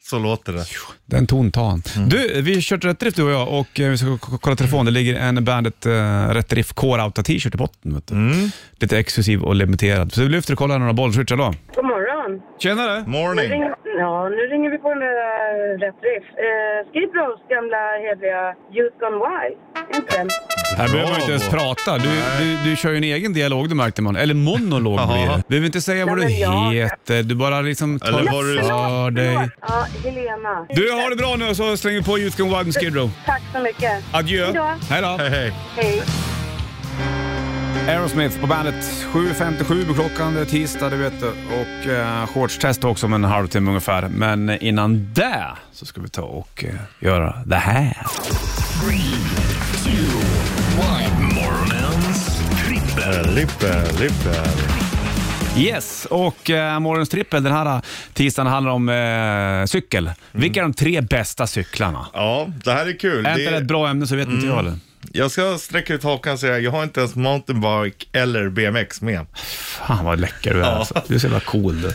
Speaker 3: Så låter det.
Speaker 2: Den ton tar han.
Speaker 3: Mm.
Speaker 2: Du, vi körde rätt drift du och jag och eh, vi ska k- kolla telefon. Det ligger en Bandet uh, Rätt Drift Core Outa t-shirt i botten. Vet du.
Speaker 3: Mm.
Speaker 2: Lite exklusiv och limiterad. Så vi lyfter och kollar några bollswitchar då.
Speaker 8: God morgon.
Speaker 2: Tjenare!
Speaker 3: Morning.
Speaker 8: Ring, ja, nu ringer vi på den där äh, Rätt Riff. Eh, Skid Rows gamla hederliga Youth Gone Wild. Inte den?
Speaker 2: Här behöver man ju inte ens
Speaker 3: Bravo.
Speaker 2: prata. Du, du, du kör ju en egen dialog du märkte man. Eller monolog
Speaker 3: Jaha.
Speaker 2: blir det. Du behöver inte säga vad
Speaker 8: Nej,
Speaker 2: du
Speaker 8: men jag-
Speaker 2: heter. Du bara liksom tar
Speaker 3: Eller vad du-
Speaker 2: för dig.
Speaker 8: Ja, Helena.
Speaker 2: Du, har det bra nu så slänger vi på Youth Gone Wild med Skid Row.
Speaker 8: Tack så mycket.
Speaker 2: Adjö!
Speaker 8: Hej då.
Speaker 2: Hej då!
Speaker 3: Hej hej.
Speaker 8: Hej.
Speaker 2: Aerosmith på bandet. 7.57 på klockan, det är tisdag du vet du. Och eh, shortstest också om en halvtimme ungefär. Men innan det så ska vi ta och eh, göra det här.
Speaker 7: Three, two, one. Morgonens trippel.
Speaker 3: Lippe, lippe.
Speaker 2: Yes, och eh, morgonens trippel den här tisdagen handlar om eh, cykel.
Speaker 3: Mm.
Speaker 2: Vilka är de tre bästa cyklarna?
Speaker 3: Ja, det här är kul.
Speaker 2: Är inte
Speaker 3: Det- Mm.
Speaker 2: det ett bra ämne så vet inte jag det.
Speaker 3: Jag ska sträcka ut hakan och säga, jag har inte ens mountainbike eller BMX med.
Speaker 2: Fan vad läcker du är alltså. Du är så jävla cool du.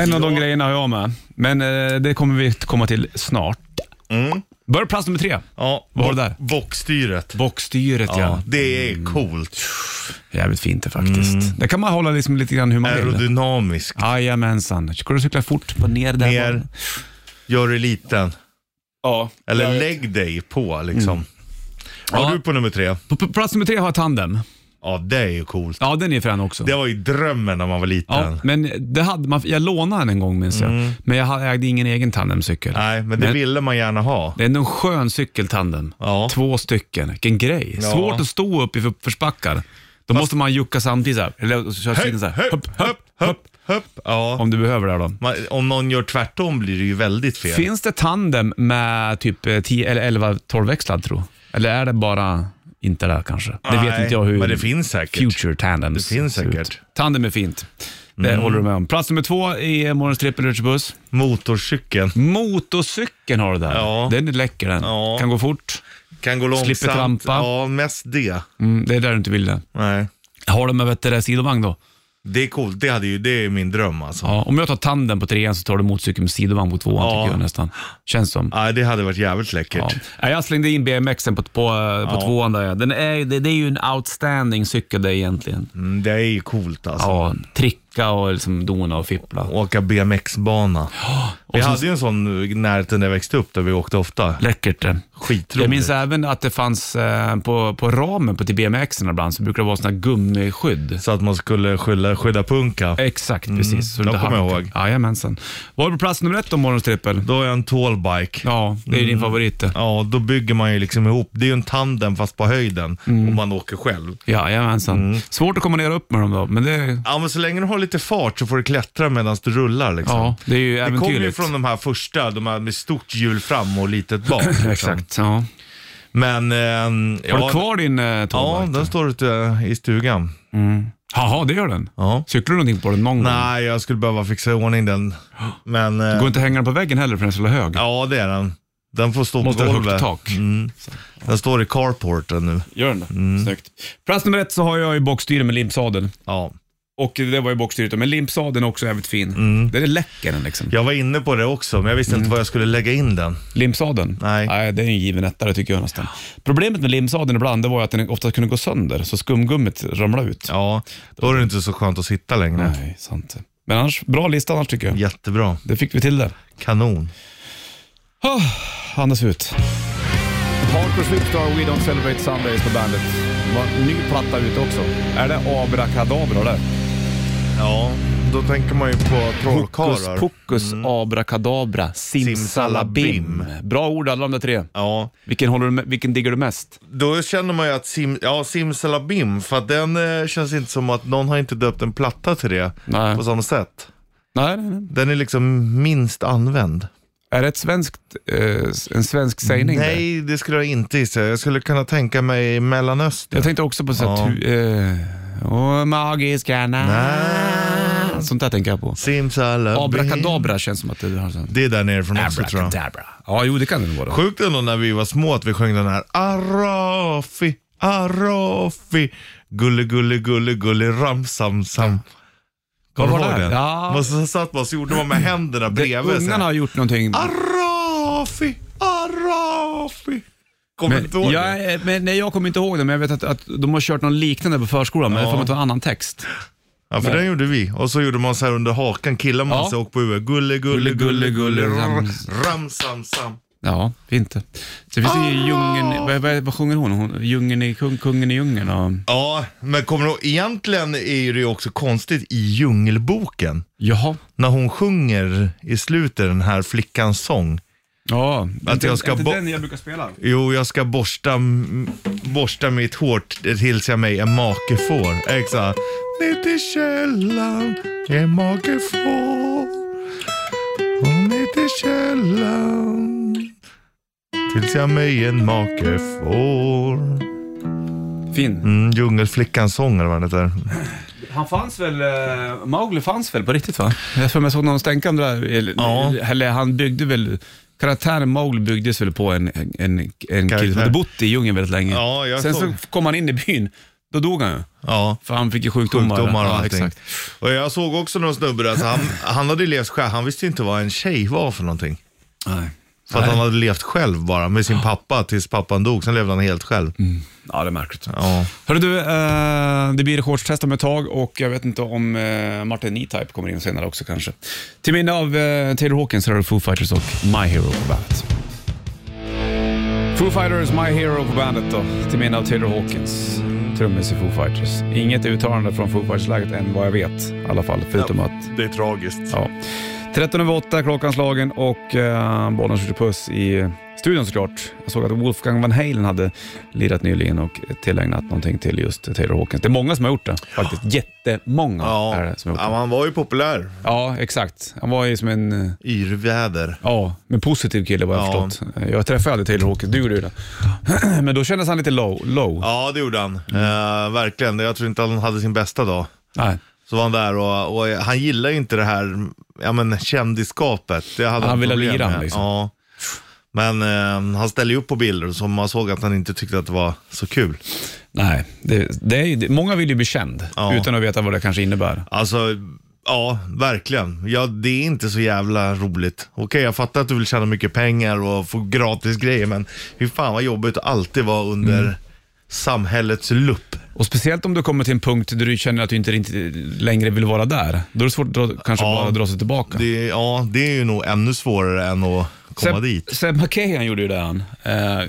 Speaker 2: En av de grejerna har jag med. Men eh, det kommer vi komma till snart.
Speaker 3: Mm.
Speaker 2: Börja på plats nummer tre.
Speaker 3: Ja,
Speaker 2: Vad har du där?
Speaker 3: Bockstyret.
Speaker 2: Bockstyret ja.
Speaker 3: Ja, det är coolt.
Speaker 2: Jävligt fint det faktiskt.
Speaker 3: Mm.
Speaker 2: Där kan man hålla liksom lite grann hur man vill.
Speaker 3: Aerodynamiskt.
Speaker 2: Jajamensan. Ska du cykla fort på ner där?
Speaker 3: Ner, gör dig liten.
Speaker 2: Ja.
Speaker 3: Eller lägg dig på liksom. Vad har
Speaker 2: Mm. Ja.
Speaker 3: du på nummer tre?
Speaker 2: På, på plats nummer tre har jag tandem.
Speaker 3: Ja, det är ju coolt.
Speaker 2: Ja, den är frän också.
Speaker 3: Det var ju drömmen när man
Speaker 2: Ja,
Speaker 3: var liten.
Speaker 2: men det hade man, jag lånade den en gång minns jag, men jag hade- ägde ingen egen tandemcykel.
Speaker 3: Mm. Nej, men det ville man gärna ha.
Speaker 2: Det är ändå en skön cykel, tandem.
Speaker 3: Ja.
Speaker 2: Två stycken, vilken grej.
Speaker 3: Ja.
Speaker 2: Svårt att stå upp i för- försbackar. Då måste man jucka samtidigt så här. eller så köra cykeln så här. Hopp, hopp, hopp.
Speaker 3: Hopp, ja.
Speaker 2: Om du behöver det då.
Speaker 3: Man, om någon gör tvärtom blir det ju väldigt fel.
Speaker 2: Finns det tandem med typ eh, 10 eller 11 12-växlad tro? Eller är det bara inte där kanske? Det vet
Speaker 3: Nej,
Speaker 2: inte jag hur
Speaker 3: men det finns säkert.
Speaker 2: future tandems
Speaker 3: Det finns
Speaker 2: ser ut.
Speaker 3: säkert. Mm.
Speaker 2: Tandem är fint. Det håller du med om. Plats nummer två i morgons trippel Richard Buss.
Speaker 3: Motorcykeln
Speaker 2: Motorcykeln har du där.
Speaker 3: Ja.
Speaker 2: Den är läcker den.
Speaker 3: Ja.
Speaker 2: Kan gå fort.
Speaker 3: kan gå långsamt.
Speaker 2: Slipper trampa.
Speaker 3: Ja, mest det.
Speaker 2: Mm, det är där du inte vill det.
Speaker 3: Nej.
Speaker 2: Har de med vet du, det, sidovagn då?
Speaker 3: Det är coolt. Det, hade ju, det är min dröm alltså.
Speaker 2: Ja, om jag tar tanden på trean så tar du motorcykeln med sidovagn på tvåan
Speaker 3: Ja.
Speaker 2: tycker jag nästan. Känns som.
Speaker 3: Nej, det hade varit jävligt
Speaker 2: Ja.
Speaker 3: läckert.
Speaker 2: Nej, Jag slängde in BMXen på, på, på tvåan där. ja. Den är, det, det är ju en outstanding cykel det egentligen.
Speaker 3: Mm, det är ju coolt alltså.
Speaker 2: Ja, tricka och liksom dona och fippla.
Speaker 3: Åka BMX-bana. Vi hade ju en sån i närheten när jag växte upp där vi åkte ofta.
Speaker 2: Läckert
Speaker 3: eh.
Speaker 2: det.
Speaker 3: Skitroligt.
Speaker 2: Jag minns även att det fanns eh, på, på ramen på till BMXen ibland så brukar det vara sådana här gummiskydd.
Speaker 3: Så att man skulle skydda, skydda punka.
Speaker 2: Exakt, precis. Så
Speaker 3: Mm. de
Speaker 2: det
Speaker 3: kommer jag
Speaker 2: halkar.
Speaker 3: ihåg.
Speaker 2: Jajamensan. Var du på plats nummer ett om morgonens trippel?
Speaker 3: Då är jag en tallbike.
Speaker 2: Ja,
Speaker 3: Ja.
Speaker 2: det är
Speaker 3: Mm.
Speaker 2: din favorit eh. det.
Speaker 3: då bygger man ju liksom ihop. Det är ju en tandem fast på höjden
Speaker 2: Mm.
Speaker 3: och man åker själv.
Speaker 2: Jajamensan.
Speaker 3: Mm.
Speaker 2: Svårt att komma ner och upp med dem då, men det,
Speaker 3: Ja, men så länge du har lite fart så får du klättra medan du rullar liksom.
Speaker 2: ja, det är ju
Speaker 3: Det kommer ju
Speaker 2: äventyrligt.
Speaker 3: från de här första, de här med stort hjul fram och litet bak. liksom.
Speaker 2: Exakt. Ja.
Speaker 3: Men... ehm,
Speaker 2: Har
Speaker 3: ja,
Speaker 2: du kvar din eh,
Speaker 3: Ja,
Speaker 2: tallbike?
Speaker 3: den står ute i stugan.
Speaker 2: Jaha, det gör den?
Speaker 3: Ja.
Speaker 2: Cyklar du någonting på den någon gång?
Speaker 3: Nej, jag skulle behöva fixa i ordning den. Men... eh,
Speaker 2: Går inte att hänga den på väggen heller för den är så jävla hög?
Speaker 3: Ja, det är den. Den får stå
Speaker 2: Måste
Speaker 3: på
Speaker 2: ha
Speaker 3: golvet.
Speaker 2: högt tak.
Speaker 3: Mm. Den står i carporten nu.
Speaker 2: Gör den det?
Speaker 3: Mm.
Speaker 2: Snyggt. Plats nummer ett så har jag ju bockstyre med limpsadel.
Speaker 3: Ja.
Speaker 2: Och det var ju bockstyret, men limpsadeln är också jävligt fin.
Speaker 3: Mm.
Speaker 2: Den är läcker den liksom.
Speaker 3: Jag var inne på det också, men jag visste
Speaker 2: Mm.
Speaker 3: inte var jag skulle lägga in den.
Speaker 2: Limsadeln?
Speaker 3: Nej.
Speaker 2: Nej, det är ju en given etta, tycker jag nästan. Problemet med limsadeln ibland det var ju att den ofta kunde gå sönder, så skumgummit ramlade ut.
Speaker 3: Ja, då är det inte så skönt att sitta längre.
Speaker 2: Nej, sant. Men annars, bra lista annars tycker jag.
Speaker 3: Jättebra.
Speaker 2: Det fick vi till det.
Speaker 3: Kanon.
Speaker 2: Andas ut. Hardcore Superstar, We Don't Celebrate Sundays på bandet. Det var en ny platta ute också. Är det Abrakadabra det?
Speaker 3: Ja, då tänker man ju på trollkarlar.
Speaker 2: pokus, abrakadabra, simsalabim. Bra ord alla de där tre.
Speaker 3: Ja,
Speaker 2: Vilken, håller du, med- vilken diggar du mest?
Speaker 3: då känner man ju att sim, ja, simsalabim, för att den eh, känns inte som att någon har inte döpt en platta till det
Speaker 2: Nej.
Speaker 3: på samma sätt.
Speaker 2: Nej, nej, nej.
Speaker 3: Den är liksom minst använd.
Speaker 2: Är det ett svenskt, eh, en svensk sägning? där?
Speaker 3: Nej, det skulle jag inte gissa. Jag skulle kunna tänka mig Mellanöstern.
Speaker 2: Jag tänkte också på så här,
Speaker 3: Ja.
Speaker 2: tu, eh, åh, magiska namn.
Speaker 3: Nej.
Speaker 2: Sånt där tänker jag på.
Speaker 3: Simsalabim.
Speaker 2: Abrakadabra känns som att du har sånt.
Speaker 3: Det är där nere från också tror jag.
Speaker 2: Abrakadabra. Ja, jo det kan det nog vara.
Speaker 3: Sjukt ändå när vi var små att vi sjöng den här Arafi, Arafi, gulle gulle gulle gulle ramsamsam. Kommer
Speaker 2: Vad
Speaker 3: du
Speaker 2: var
Speaker 3: ihåg
Speaker 2: det?
Speaker 3: den?
Speaker 2: Ja.
Speaker 3: Och så satt man så gjorde man med händerna bredvid. så
Speaker 2: Ungarna
Speaker 3: här,
Speaker 2: har gjort någonting.
Speaker 3: Arafi, Arafi. Kommer du inte ihåg
Speaker 2: Men,
Speaker 3: det?
Speaker 2: jag, men, nej, jag kommer inte ihåg det, men jag vet att, att de har kört någon liknande på förskolan, men det får man ta en annan text.
Speaker 3: Ja, för den gjorde vi. Och så gjorde man så här under hakan, killar man
Speaker 2: Ja.
Speaker 3: sig och på huvudet. Gulle gulle
Speaker 2: Gulle,
Speaker 3: gulle
Speaker 2: gulle,
Speaker 3: gulle
Speaker 2: rams-
Speaker 3: ramsamsam.
Speaker 2: Ja, fint. Så det finns ju djungeln, vad, vad, vad sjunger hon? hon djungeln i, kung, kungen i djungeln och...
Speaker 3: Ja, men kommer du ihåg- egentligen är det ju också konstigt i Djungelboken.
Speaker 2: Jaha.
Speaker 3: när hon sjunger i slutet den här flickans sång.
Speaker 2: Ja,
Speaker 3: Att jag ska
Speaker 2: inte
Speaker 3: bo-
Speaker 2: den jag brukar spela.
Speaker 3: Jo, jag ska borsta, m- borsta mitt hår t- tills jag mig en make får. Exakt. Ner till källan, en make får. Och ner till källan. tills jag mig en make får.
Speaker 2: Fin.
Speaker 3: Mm, Djungelflickans sång eller vad den heter.
Speaker 2: Han fanns väl, eh, Mowgli fanns väl på riktigt va? Jag tror jag såg någon stänka om det där. Eller,
Speaker 3: Ja.
Speaker 2: eller han byggde väl, karaktären Mowgli byggdes väl på en, en, en, en kille
Speaker 3: Karaktär.
Speaker 2: som hade bott i djungeln väldigt länge.
Speaker 3: Ja, jag
Speaker 2: Sen
Speaker 3: såg.
Speaker 2: så kom han in i byn, då dog han ju.
Speaker 3: Ja.
Speaker 2: För han fick ju sjukdomar.
Speaker 3: Sjukdomar och
Speaker 2: ja,
Speaker 3: allting.
Speaker 2: exakt.
Speaker 3: och jag såg också någon snubbe, alltså, han, han hade ju levt själv. Han visste ju inte vad en tjej var för någonting.
Speaker 2: Nej.
Speaker 3: För att han hade levt själv bara med sin pappa tills pappan dog. Sen levde han helt själv.
Speaker 2: Mm. Ja, det är märkligt.
Speaker 3: Ja.
Speaker 2: Hörru du, eh, det blir shortstest om ett tag och jag vet inte om eh, Martin E-Type kommer in senare också kanske. Till minne av eh, Taylor Hawkins här har du Foo Fighters och My Hero på bandet. Foo Fighters, My Hero på bandet då. Till minne av Taylor Hawkins, trummis i Foo Fighters. Inget uttalande från Foo Fighters-läget än vad jag vet i alla fall, förutom att
Speaker 3: Det är tragiskt.
Speaker 2: Ja. 13 över 8 klockan slagen och eh, bollen skjuter puss i studion såklart. Jag såg att Wolfgang Van Halen hade lirat nyligen och tillägnat någonting till just Taylor Hawkins. Det är många som har gjort det faktiskt. Jättemånga
Speaker 3: Ja.
Speaker 2: är det som har
Speaker 3: ja,
Speaker 2: gjort det.
Speaker 3: han var ju populär.
Speaker 2: Ja, exakt. Han var ju som en, eh,
Speaker 3: Yrväder.
Speaker 2: ja, en positiv kille vad jag
Speaker 3: Ja.
Speaker 2: förstått. Jag träffade aldrig Taylor Hawkins, du gjorde ju det. Men då kändes han lite low. low.
Speaker 3: Ja, det gjorde han.
Speaker 2: Mm.
Speaker 3: Eh, verkligen. Jag tror inte han hade sin bästa dag.
Speaker 2: Nej.
Speaker 3: Så var han där och, och han gillar ju inte det här ja, men, kändisskapet. Det hade
Speaker 2: Han ville
Speaker 3: problem
Speaker 2: lira,
Speaker 3: med.
Speaker 2: liksom.
Speaker 3: Ja. Men eh, han ställde ju upp på bilder så man såg att han inte tyckte att det var så kul.
Speaker 2: Nej, det, det är, ju- det, många vill ju bli känd
Speaker 3: Ja.
Speaker 2: utan att veta vad det kanske innebär.
Speaker 3: Alltså, ja, verkligen. Ja, det är inte så jävla roligt. Okej, jag fattar att du vill tjäna mycket pengar och få gratis grejer, men hur fan vad jobbigt att alltid vara under samhällets lupp.
Speaker 2: Och speciellt om du kommer till en punkt där du känner att du inte riktigt längre vill vara där. Då är det svårt att dra, kanske
Speaker 3: Ja.
Speaker 2: bara dra sig tillbaka.
Speaker 3: Det, ja, det är ju nog ännu svårare än att komma
Speaker 2: Seb,
Speaker 3: dit.
Speaker 2: Seb McKahan gjorde ju det han. Eh, eh,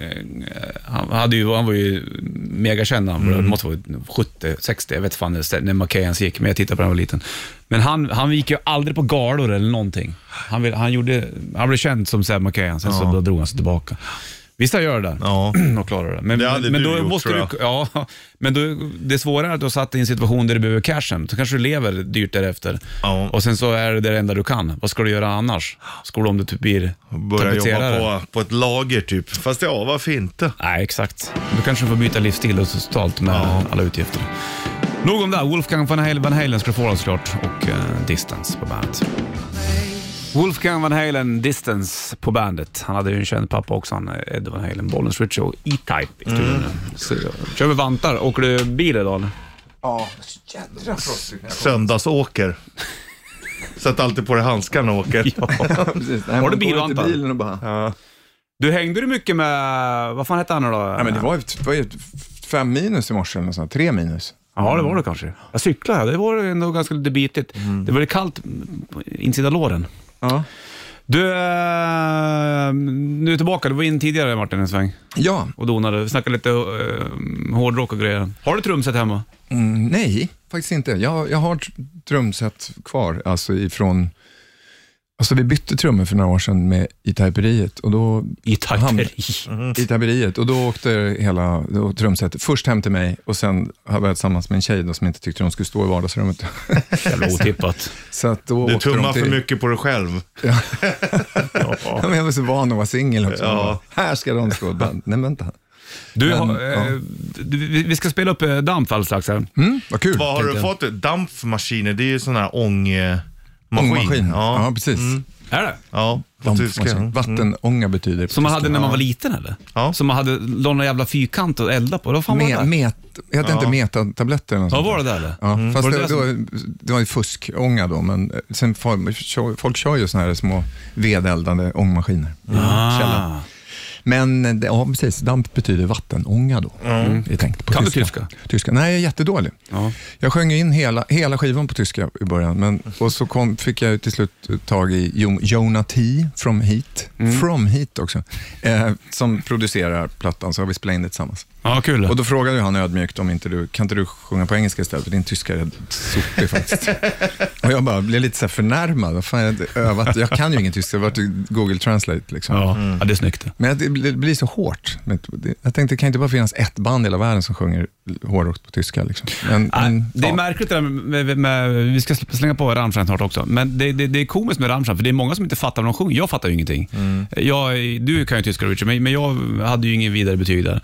Speaker 2: han, hade ju, han var ju megakänd, han
Speaker 3: Mm.
Speaker 2: var- måste vara 70, 60, jag vet fan när stä- när McKahans gick, men jag tittade på den när jag var liten. Men han, han gick ju aldrig på galor eller någonting. Han, vill, han, gjorde, han blev känd som Seb McKahan, sen så bara drog han sig tillbaka. Visst han gör det där
Speaker 3: Ja.
Speaker 2: och klarar det. Men,
Speaker 3: Det hade
Speaker 2: men, men
Speaker 3: du
Speaker 2: då
Speaker 3: gjort,
Speaker 2: måste
Speaker 3: tror
Speaker 2: du,
Speaker 3: jag.
Speaker 2: ja, men då, det svårare är att du har satt dig i en situation där du behöver cashen. Då kanske du lever dyrt därefter.
Speaker 3: Ja.
Speaker 2: Och sen så är det det enda du kan. Vad ska du göra annars? Ska du om du typ blir
Speaker 3: Börja jobba
Speaker 2: tapetserare?
Speaker 3: på, på ett lager typ. Fast ja, varför inte?
Speaker 2: Nej, exakt. Då kanske du får byta livsstil och totalt med alla utgifter. Nog om det. Wolfgang van Halen, van Halen ska du få den såklart och eh, Distance på bandet. Wolfgang Van Halen, Distance på bandet. Han hade ju en känd pappa också, han eh, Ed Van Halen, Bollens Rich och E-Type i studion. Så, kör vi vantar. Åker du bil idag? eller?
Speaker 3: Söndagsåker. Sätt alltid på dig handskarna och åker.
Speaker 1: Precis. Nej,
Speaker 2: Har du
Speaker 1: man går
Speaker 2: bil,
Speaker 1: ut i
Speaker 2: Anton?
Speaker 1: bilen och bara...
Speaker 2: Du hängde du mycket med, vad fan hette han nu då?
Speaker 1: Nej, men det var ju det var ju fem minus i morse, eller något sånt, tre minus.
Speaker 2: Ja, det var
Speaker 1: Mm.
Speaker 2: det kanske. Jag cyklade, det var ändå ganska lite bitigt. Det var lite kallt på insidan låren.
Speaker 1: Ja.
Speaker 2: Du, eh, nu är tillbaka. Du var in tidigare Martin en sväng
Speaker 1: Ja,
Speaker 2: och donade. Vi snackade lite eh, hårdrock och grejer. Har du trumset hemma?
Speaker 1: mm, nej, faktiskt inte. Jag, jag har tr- trumset kvar, alltså ifrån... Alltså vi bytte trummor för några år sedan med E-Typeriet och då...
Speaker 2: I takteri.
Speaker 1: E-Typeriet och då åkte hela då trumsetet först hem till mig och sen var jag tillsammans med en tjej då, som inte tyckte de skulle stå i vardagsrummet.
Speaker 2: Jävla otippat.
Speaker 1: Så att då
Speaker 3: Du
Speaker 1: åkte de
Speaker 3: tummar
Speaker 1: till-
Speaker 3: för mycket på dig själv.
Speaker 1: Ja, men jag var så van att vara singel också.
Speaker 3: Ja.
Speaker 1: Här ska de stå. Bara, Nej, vänta.
Speaker 2: Du,
Speaker 1: Men,
Speaker 2: har, eh,
Speaker 1: ja.
Speaker 2: du, vi vi ska spela upp eh, Damp alldeles strax. Här.
Speaker 1: Mm, vad kul.
Speaker 3: Vad har
Speaker 1: tänkte
Speaker 3: du
Speaker 1: jag.
Speaker 3: fått? Dampmaskiner, det är ju sån här ångmaskin.
Speaker 1: Ångmaskin. Ja,
Speaker 3: Ja,
Speaker 1: precis.
Speaker 2: Är det?
Speaker 3: ja på tyska.
Speaker 1: Dampmaskin. Vattenånga betyder på
Speaker 2: Som man
Speaker 1: tyska.
Speaker 2: hade när man var liten eller?
Speaker 3: Ja.
Speaker 2: Som man hade någon jävla fyrkant att elda på. Vad fan var det
Speaker 1: Me,
Speaker 2: där?
Speaker 1: met, heter inte metatabletter eller något
Speaker 2: Vad
Speaker 1: sånt
Speaker 2: var
Speaker 1: där?
Speaker 2: det där eller?
Speaker 1: Ja, fast
Speaker 2: Var det
Speaker 1: det,
Speaker 2: det
Speaker 1: det, det var ju fuskånga då, men sen, folk kör- folk kör ju såna här små vedeldande ångmaskiner. i
Speaker 2: Ah.
Speaker 1: källaren. Men det, ja, precis, damp betyder vattenånga då. Vi tänkte på
Speaker 2: Kan du
Speaker 1: tyska.
Speaker 2: tyska?
Speaker 1: tyska? Nej, jag är jättedålig.
Speaker 2: Ja.
Speaker 1: Jag sjöng ju in hela, hela skivan på tyska i början, men, och så kom, fick jag ju till slut tag i jo, Jonah T. From Heat,
Speaker 2: Mm.
Speaker 1: From Heat också, eh, som producerar plattan, så har vi spelat in det tillsammans.
Speaker 2: Ja, kul.
Speaker 1: Och då frågade ju han ödmjukt om inte du, kan inte du sjunga på engelska istället, för din tyska är sopig faktiskt. och jag bara blev lite så här förnärmad, Vad fan, jag, har inte övat. jag kan ju ingen tyska, det har varit Google Translate liksom.
Speaker 3: Mm.
Speaker 2: ja. ja, det är snyggt.
Speaker 1: Men jag, blir- det blir så hårt. Men det- Jag tänkte, det kan inte bara finnas ett band i hela världen som sjunger hårdrock på tyska. Liksom. Men,
Speaker 2: Nej,
Speaker 3: Mm.
Speaker 1: men,
Speaker 2: Äh, det är
Speaker 1: ja.
Speaker 2: märkligt det där med, med, med, vi ska sl- slänga på Rammstein snart också, men det, det, det är komiskt med Rammstein, för det är många som inte fattar vad de sjunger. Jag fattar ju ingenting.
Speaker 3: Mm.
Speaker 2: Jag, du kan ju tyska Richard, men, men jag hade ju ingen vidare betyg där.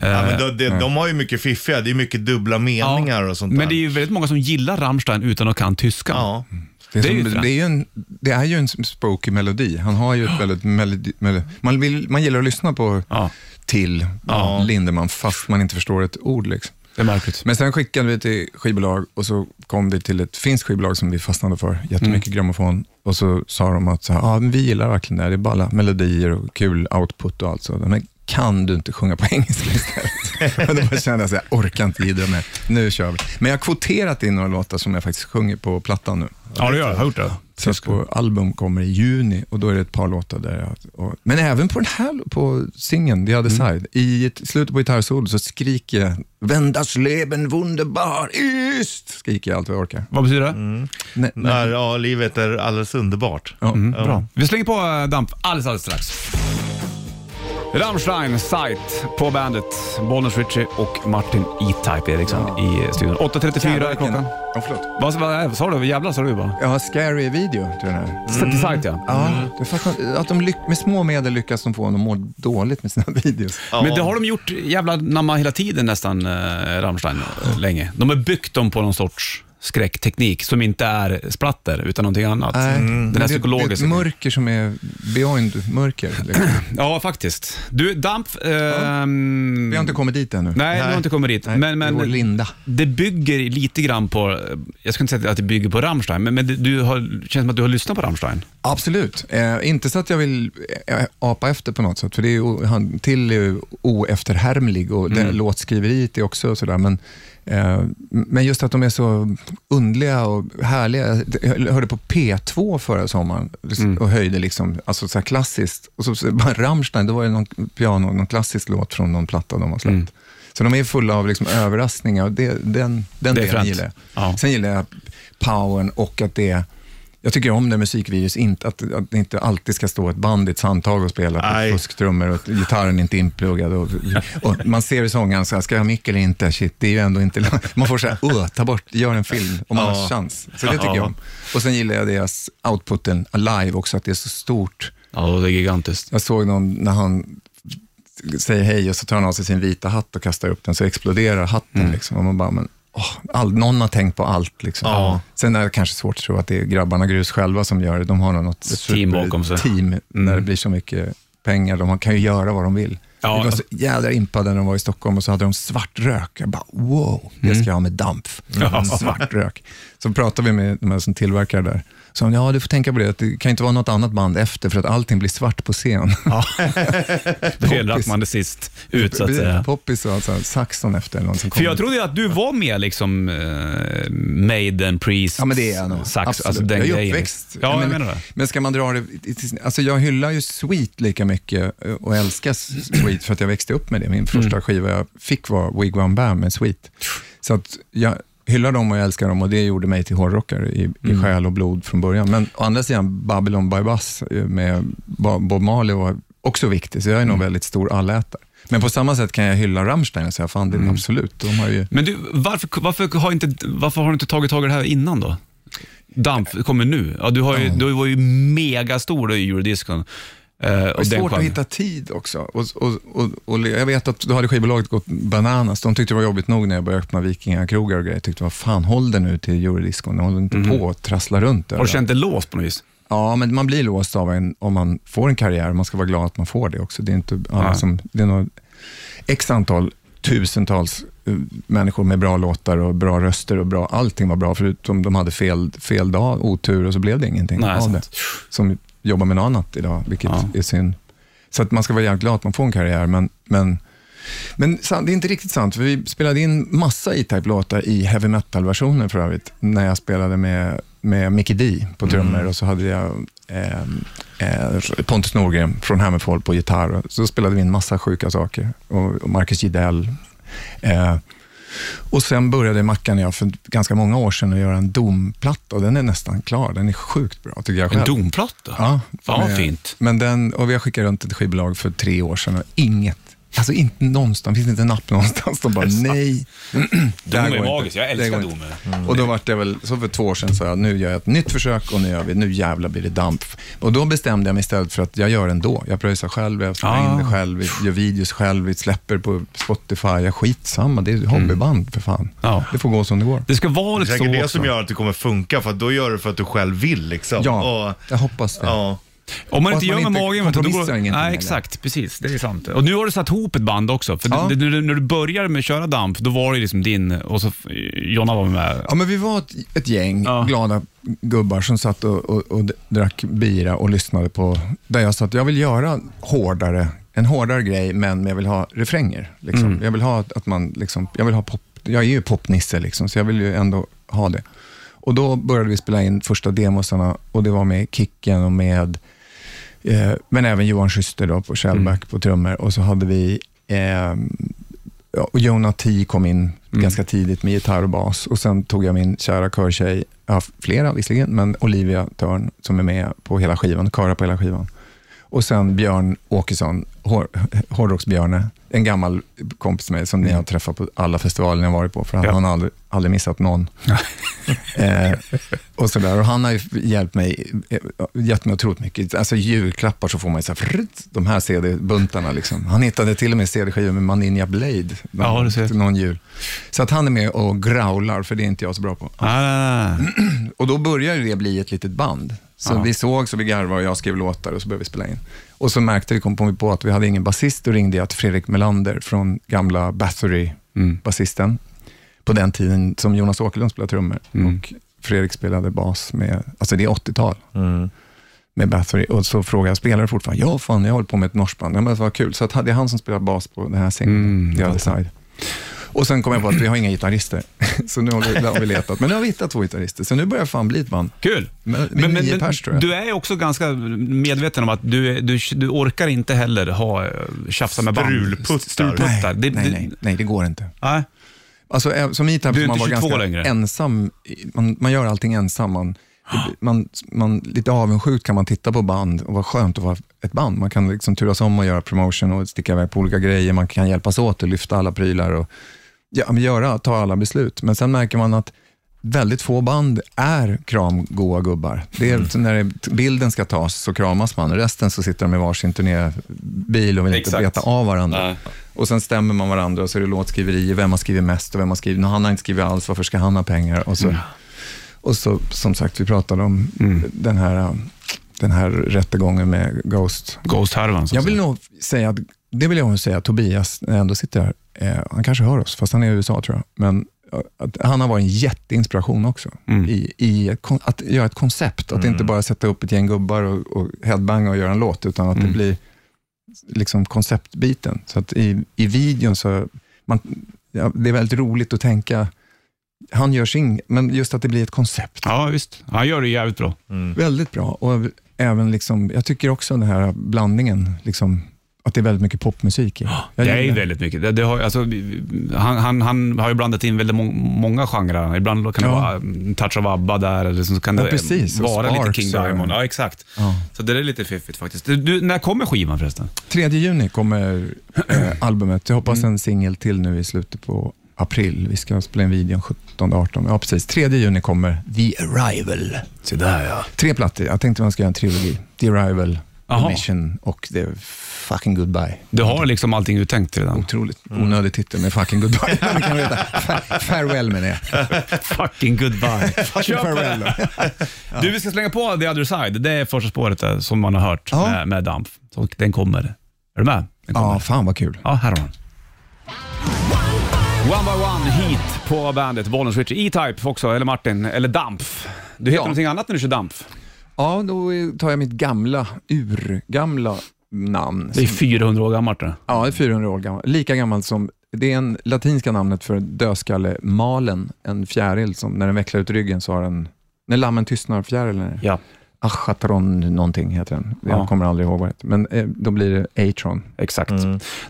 Speaker 3: Ja, men de, de, de har ju mycket fiffiga, det är mycket dubbla meningar och sånt där.
Speaker 2: Men det är ju Mm. väldigt många som gillar Rammstein utan att kan tyska.
Speaker 3: Ja.
Speaker 1: Det är,
Speaker 2: Det är ju
Speaker 1: som,
Speaker 2: fränt.
Speaker 1: det, är ju en, det är ju en spooky melodi. Han har ju ett väldigt melodi, mel- man, vill, man gillar att lyssna på
Speaker 2: Ja.
Speaker 1: till Lindemann fast man inte förstår ett ord. Liksom.
Speaker 2: Det är märkligt.
Speaker 1: Men sen skickade vi till skivbolag och så kom vi till ett finskt skivbolag som vi fastnade för, jättemycket
Speaker 2: Mm.
Speaker 1: grammofon. Och så sa de att så här, ah, men vi gillar verkligen det här, det är balla melodier och kul output och allt så. Men kan du inte sjunga på engelska istället? och då bara kände jag så här, jag orkar inte jiddra mer, nu kör vi. Men jag har kvoterat in några låtar som jag faktiskt sjunger på plattan nu.
Speaker 2: Ja, det gör jag. Har gjort det.
Speaker 1: Så att på album kommer i juni och då är det ett par låtar där. Jag, och, men även på den här på singeln, The other
Speaker 2: Mm.
Speaker 1: side, i ett- slutet på gitarrsolo så skriker jag Vendas leben wunderbar ist, skriker jag allt vad jag orkar.
Speaker 2: Vad betyder det?
Speaker 3: Mm.
Speaker 1: Nej, nej.
Speaker 3: När, ja, livet är alldeles underbart.
Speaker 1: Ja.
Speaker 2: Bra. Vi slänger på eh, Damp alldeles, alldeles strax. Rammstein, Sight på bandet. Bollnäs Ritchie och Martin E-Type Eriksson i studion. 8.34 är klockan.
Speaker 1: Ja, förlåt.
Speaker 2: Vad, vad sa du? Jävlar sa du bara.
Speaker 1: Jag har scary video till den här.
Speaker 2: Mm. Till Sight ja.
Speaker 1: Ja, det är fascinerande att de lyck- med små medel lyckas de få honom att må dåligt med sina videos.
Speaker 3: Ja.
Speaker 2: Men det har de gjort jävla namma hela tiden nästan, eh, Rammstein, eh, länge. De har byggt dem på någon sorts skräckteknik som inte är splatter utan någonting annat.
Speaker 1: Mm. Men
Speaker 2: Alltså, mm. Den
Speaker 1: det-
Speaker 2: här
Speaker 1: Det är ett
Speaker 2: psykologiska.
Speaker 1: mörker som är beyond mörker. Liksom.
Speaker 2: Ja, faktiskt. Du, Damp. ehm,
Speaker 1: Vi har inte kommit dit ännu.
Speaker 2: Nej, du har inte kommit dit.
Speaker 1: Nej,
Speaker 2: men, men,
Speaker 1: det är vår linda.
Speaker 2: det bygger lite grann på, jag ska inte säga att det bygger på Rammstein, men, men det- du har, det känns som att du har lyssnat på Rammstein.
Speaker 1: Absolut. Eh, inte så att jag vill eh, apa efter på något sätt, för det är ju, o- han, till är ju oefterhärmlig och
Speaker 2: Mm.
Speaker 1: det, låtskriveriet är också sådär. Men, eh, men just att de är så underliga och härliga. Jag hörde på P2 förra sommaren
Speaker 2: Mm.
Speaker 1: och höjde liksom, alltså så här klassiskt. Och så- så bara Rammstein, då var det någon piano, någon klassisk låt från någon platta de har släppt.
Speaker 2: Mm.
Speaker 1: Så de är fulla av liksom överraskningar och det, den, den
Speaker 2: Det är
Speaker 1: delen
Speaker 2: fränt.
Speaker 1: gillar jag.
Speaker 2: Ja.
Speaker 1: Sen gillar jag powern och att det är jag tycker om när musikvideos inte, att, att det inte alltid ska stå ett band i ett handtag och spela
Speaker 3: Nej.
Speaker 1: på fusktrummor och att gitarren inte är inpluggad. Och, och man ser i sångaren, så här, ska jag ha mick eller inte? Shit, det är ju ändå inte... Man får så här, "Åh, ta bort, gör en film om man
Speaker 3: Ja.
Speaker 1: har chans. Så det tycker jag om. Och sen gillar jag deras outputen live också, att det är så stort.
Speaker 2: Ja, det är gigantiskt.
Speaker 1: Jag såg någon när han säger hej och så tar han av sig sin vita hatt och kastar upp den så exploderar hatten. Liksom. Och man bara, men, åh, all, någon har tänkt på allt. Liksom.
Speaker 3: Ja.
Speaker 1: Sen är det kanske svårt att tro att det är grabbarna Grus själva som gör det. De har nog något
Speaker 2: team bakom sig.
Speaker 1: team när det blir så mycket pengar. De kan ju göra vad de vill.
Speaker 2: Mm. Ja.
Speaker 1: Vi var så jävla impade när de var i Stockholm och så hade de svart rök. Jag bara, wow, det
Speaker 2: Mm.
Speaker 1: ska jag ha med dampf. Svart rök. Så pratade vi med de här som tillverkar där. Så han, ja du får tänka på det, att det kan inte vara något annat band efter för att allting blir svart på scen.
Speaker 2: Fel Rackman är sist ut så att säga.
Speaker 1: Poppis och alltså, Saxon efter någon som
Speaker 2: För
Speaker 1: kommer.
Speaker 2: jag trodde ju att du var med liksom eh, Maiden, Priest,
Speaker 1: Ja, men det är jag nog.
Speaker 2: Sax,
Speaker 1: Absolut.
Speaker 2: alltså den
Speaker 1: jag är ju
Speaker 2: grejen.
Speaker 1: uppväxt.
Speaker 2: Ja, jag
Speaker 1: men,
Speaker 2: menar det.
Speaker 1: Men ska man dra det... i- i- Alltså jag hyllar ju Sweet lika mycket eh, och älskar Sweet för att jag växte upp med det.
Speaker 2: Mm.
Speaker 1: Min första skiva jag fick var Wigwam Bam med Sweet. Så att jag hyllar dem och jag älskar dem och det gjorde mig till hårdrockare i,
Speaker 2: Mm.
Speaker 1: i själ och blod från början. Men å andra sidan, Babylon by Bus eh, med Ba- Bob Marley var också viktig, så jag är
Speaker 2: Mm.
Speaker 1: nog väldigt stor allätare. Men på samma sätt kan jag hylla Rammstein och säga, fan det
Speaker 2: Mm.
Speaker 1: är absolut, de har ju...
Speaker 2: Men du, varför, varför, har inte, varför har du inte tagit tag i det här innan då? Damp kommer nu. Ja, du, har ju, du var ju megastor då i eurodiscon. Eh, och
Speaker 1: Det är
Speaker 2: den
Speaker 1: svårt att
Speaker 2: genren.
Speaker 1: hitta tid också. Och, och, och, och jag vet att då hade skivbolaget gått bananas. De tyckte det var jobbigt nog när jag började öppna vikingakrogar och grejer. Tyckte, vad fan, håll det nu till eurodiscon. Håll inte på och trassla runt
Speaker 2: Mhm. Har du
Speaker 1: överallt.
Speaker 2: känt dig låst på något vis?
Speaker 1: Ja, men man blir låst av en, om man får en karriär. Man ska vara glad att man får det också. Det är inte alla
Speaker 2: Nej.
Speaker 1: som... Det är nog x antal, tusentals eh, människor med bra låtar och bra röster och bra... Allting var bra, förutom de hade fel, fel dag, otur och så blev det ingenting
Speaker 2: Nej,
Speaker 1: av
Speaker 2: sant.
Speaker 1: det. Som jobbar med något annat idag, vilket
Speaker 2: Ja.
Speaker 1: är synd. Så att man ska vara jävligt glad att man får en karriär, men, men men san- det är inte riktigt sant, för vi spelade in massa E-Type-låtar i heavy metal-versioner för övrigt, när jag spelade med, med Mickey D på
Speaker 2: Mm.
Speaker 1: trummor och så hade jag eh, eh, Pontus Norgren från Hammerfall på gitarr. Så spelade vi in massa sjuka saker och, och Marcus Gidell. Eh, Och sen började Mackan och jag för ganska många år sedan att göra en domplatta och den är nästan klar. Den är sjukt bra tycker jag själv.
Speaker 2: En domplatta?
Speaker 1: Ja.
Speaker 2: Fan vad
Speaker 1: Eh,
Speaker 2: fint.
Speaker 1: Men den, och vi har skickat runt till ett skivbolag för tre år sedan och inget. Alltså inte någonstans, finns det inte en app någonstans. De bara nej. Det här
Speaker 2: Dom är
Speaker 1: går
Speaker 2: magiskt,
Speaker 1: inte.
Speaker 2: jag
Speaker 1: Det
Speaker 2: älskar
Speaker 1: går inte.
Speaker 2: Dom.
Speaker 1: Och då var det väl, så för två år sedan sa jag, nu gör jag ett nytt försök och nu gör vi, nu jävlar blir det damp. Och då bestämde jag mig istället för att jag gör det ändå. Jag pröjsar själv, jag spelar
Speaker 2: Ah.
Speaker 1: in det själv, vi gör videos själv, vi släpper på Spotify, jag skitsamma, det är ett hobbyband för fan.
Speaker 2: Ja.
Speaker 1: Det får gå som det går.
Speaker 2: Det ska vara
Speaker 3: Det är
Speaker 2: lite så
Speaker 3: säkert det
Speaker 2: också.
Speaker 3: som gör att det kommer funka, för att då gör du för att du själv vill liksom.
Speaker 1: Ja,
Speaker 3: Och,
Speaker 1: jag hoppas det.
Speaker 3: ja.
Speaker 2: Om man
Speaker 1: Och
Speaker 2: inte
Speaker 1: att
Speaker 2: gör med
Speaker 1: man inte
Speaker 2: magen. vet du, då
Speaker 1: kompromissar ingenting,
Speaker 2: nej,
Speaker 1: eller?
Speaker 2: exakt. Precis, det är sant. Och nu har du satt ihop ett band också. För
Speaker 1: Ja.
Speaker 2: du- du, när du började med att köra damp, då var det liksom din och så eh, Jonna var med.
Speaker 1: Ja, men vi var ett, ett gäng
Speaker 2: Ja.
Speaker 1: glada gubbar som satt och, och, och drack bira och lyssnade på, där jag sa att jag vill göra hårdare, en hårdare grej, men jag vill ha refränger. Liksom. Jag vill ha att man, liksom, jag vill ha pop, jag är ju popnisse, liksom, så jag vill ju ändå ha det. Och då började vi spela in första demosarna och det var med Kicken och med Eh, men även Johan Schuster då på Shellback på trummor. Och så hade vi, eh, ja, och Jonah T kom in ganska tidigt med gitarr och bas. Och sen tog jag min kära körtjej, jag har flera visserligen, men Olivia Törn som är med på hela skivan, körar på hela skivan. Och sen Björn Åkesson, hår, hårdrocksbjörne, en gammal kompis till mig som ni har träffat på alla festivaler ni har varit på, för han
Speaker 2: Ja.
Speaker 1: har aldrig, aldrig missat någon. eh, och sådär. Och han har ju hjälpt mig, eh, gett mig otroligt mycket. Alltså julklappar så får man ju så här, frrt, de här CD-buntarna liksom. Han hittade till och med CD-skivor med Maninja Blade
Speaker 2: Ja, du ser.
Speaker 1: någon jul. Så att han är med och growlar, för det är inte jag så bra på.
Speaker 2: Ah,
Speaker 1: Och då började det bli ett litet band. Så
Speaker 2: Ja.
Speaker 1: vi såg så vi garvade och jag skrev låtar och så började vi spela in. Och så märkte vi, kom på, på att vi hade ingen basist, då ringde jag till Fredrik Melander från gamla Bathory,
Speaker 2: Mm.
Speaker 1: basisten. På den tiden som Jonas Åkerlund spelade trummor
Speaker 2: Mm.
Speaker 1: och Fredrik spelade bas med, alltså det är 80-tal.
Speaker 2: Mm.
Speaker 1: Med Bathory och så frågade jag, spelar du fortfarande? Ja, fan, jag håller på med ett norskt band. Ja, men vad kul. Så att, det är han som spelar bas på den här singeln,
Speaker 2: Mm,
Speaker 1: The Other Side. Och sen kom jag på att vi har inga gitarrister, så nu har vi, har vi letat. Men nu har vi hittat två gitarrister, så nu börjar det fan bli ett band.
Speaker 2: kul!
Speaker 1: Men- men nio pers, tror jag.
Speaker 2: du är också ganska medveten om att du, är- du, du orkar inte heller ha, eh, tjafsa med band.
Speaker 3: Strulputtar.
Speaker 2: Strulputtar.
Speaker 1: Nej,
Speaker 2: Det-
Speaker 1: nej,
Speaker 2: det-
Speaker 1: nej, nej, det går inte.
Speaker 2: Nej.
Speaker 1: Alltså, eh, som gitarr
Speaker 2: Du är
Speaker 1: får man
Speaker 2: inte
Speaker 1: vara
Speaker 2: 22
Speaker 1: ganska
Speaker 2: längre.
Speaker 1: ensam. i- Man, man gör allting ensam. Man, det- man, man, lite avundsjukt kan man titta på band och vad skönt att vara ett band. Man kan liksom turas om och göra promotion och sticka iväg på olika grejer. Man kan hjälpas åt och lyfta alla prylar och ja, men göra, ta alla beslut. Men sen märker man att väldigt få band är kramgoa gubbar. Det är
Speaker 2: Mm.
Speaker 1: när det, bilden ska tas så kramas man. Resten så sitter de i varsin turnébil och vill
Speaker 2: Exakt.
Speaker 1: inte veta av varandra.
Speaker 2: Nej.
Speaker 1: Och sen stämmer man varandra och så är det låtskriverier, vem har skrivit mest och vem har skrivit, "Nå, han har inte skrivit alls, varför ska han ha pengar? Och så, och så som sagt, vi pratade om den, här, äh, den här rättegången med Ghost.
Speaker 2: Ghost-härvan. så att
Speaker 1: Jag vill
Speaker 2: säga.
Speaker 1: nog säga, att, det vill jag nog säga, Tobias, när jag ändå sitter här, eh, han kanske hör oss, fast han är i USA tror jag, men eh, att han har varit en jätteinspiration också,
Speaker 2: Mm.
Speaker 1: i, i ett kon- att göra ett koncept, att inte bara sätta upp ett gäng gubbar och, och headbanga och göra en låt, utan att
Speaker 2: Mm.
Speaker 1: det blir liksom konceptbiten. Så att i, i videon så, man, ja, det är väldigt roligt att tänka, han gör sin, men just att det blir ett koncept.
Speaker 2: Ja, visst. Han gör det jävligt bra.
Speaker 1: Väldigt bra. Och även liksom, jag tycker också den här blandningen, liksom, att det är väldigt mycket popmusik i. Jag
Speaker 2: det är
Speaker 1: gillar-
Speaker 2: väldigt mycket. Det, det har, alltså, vi- vi- han, han, han har ju blandat in väldigt må, många genrer. Ibland kan det
Speaker 1: Ja.
Speaker 2: vara en touch av ABBA där, eller så kan
Speaker 1: Ja,
Speaker 2: det
Speaker 1: precis. Och
Speaker 2: vara lite
Speaker 1: Sparks
Speaker 2: King
Speaker 1: och-
Speaker 2: Diamond. Ja, exakt.
Speaker 1: Ja.
Speaker 2: Så det är lite fiffigt faktiskt. Du, Du, när kommer skivan förresten?
Speaker 1: 3 juni kommer eh, albumet. Jag hoppas
Speaker 2: Mm.
Speaker 1: en singel till nu i slutet på april. Vi ska spela in videon 17-18. Ja, precis. 3 juni kommer The Arrival.
Speaker 2: Se där ja.
Speaker 1: Tre plattor. Jag tänkte man ska göra en trilogi. The Arrival,
Speaker 2: Aha.
Speaker 1: The Mission och The Fucking Goodbye.
Speaker 2: Du har liksom allting uttänkt redan.
Speaker 1: Otroligt
Speaker 2: Mm.
Speaker 1: onödig titel med Fucking Goodbye. Men det kan vi veta. Fa- Farewell menar jag.
Speaker 2: Fucking goodbye. Köp
Speaker 1: farewell
Speaker 2: det. Du, vi ska slänga på The other side. Det är första spåret där, som man har hört
Speaker 1: Ja.
Speaker 2: med, med Damp. Så den kommer. Är du med? Den kommer.
Speaker 1: Ja, fan vad kul.
Speaker 2: Ja, här har man. One by one hit på bandet, Bollens Richie. E-Type också, eller Martin, eller Dampf. Du heter
Speaker 1: Ja.
Speaker 2: någonting annat när du kör Dampf.
Speaker 1: Ja, då tar jag mitt gamla, urgamla namn.
Speaker 2: Det är 400 år gammalt det.
Speaker 1: Ja, det är 400 år gammalt. Lika gammalt som, det är en latinska namnet för dödskalle, malen, en fjäril som när den vecklar ut ryggen så har den, när lammen tystnar, fjärilen är det.
Speaker 2: Ja.
Speaker 1: Achatron någonting heter den. Jag
Speaker 2: Ja.
Speaker 1: kommer aldrig ihåg vad det heter. Men eh, då blir det Atron.
Speaker 2: Exakt.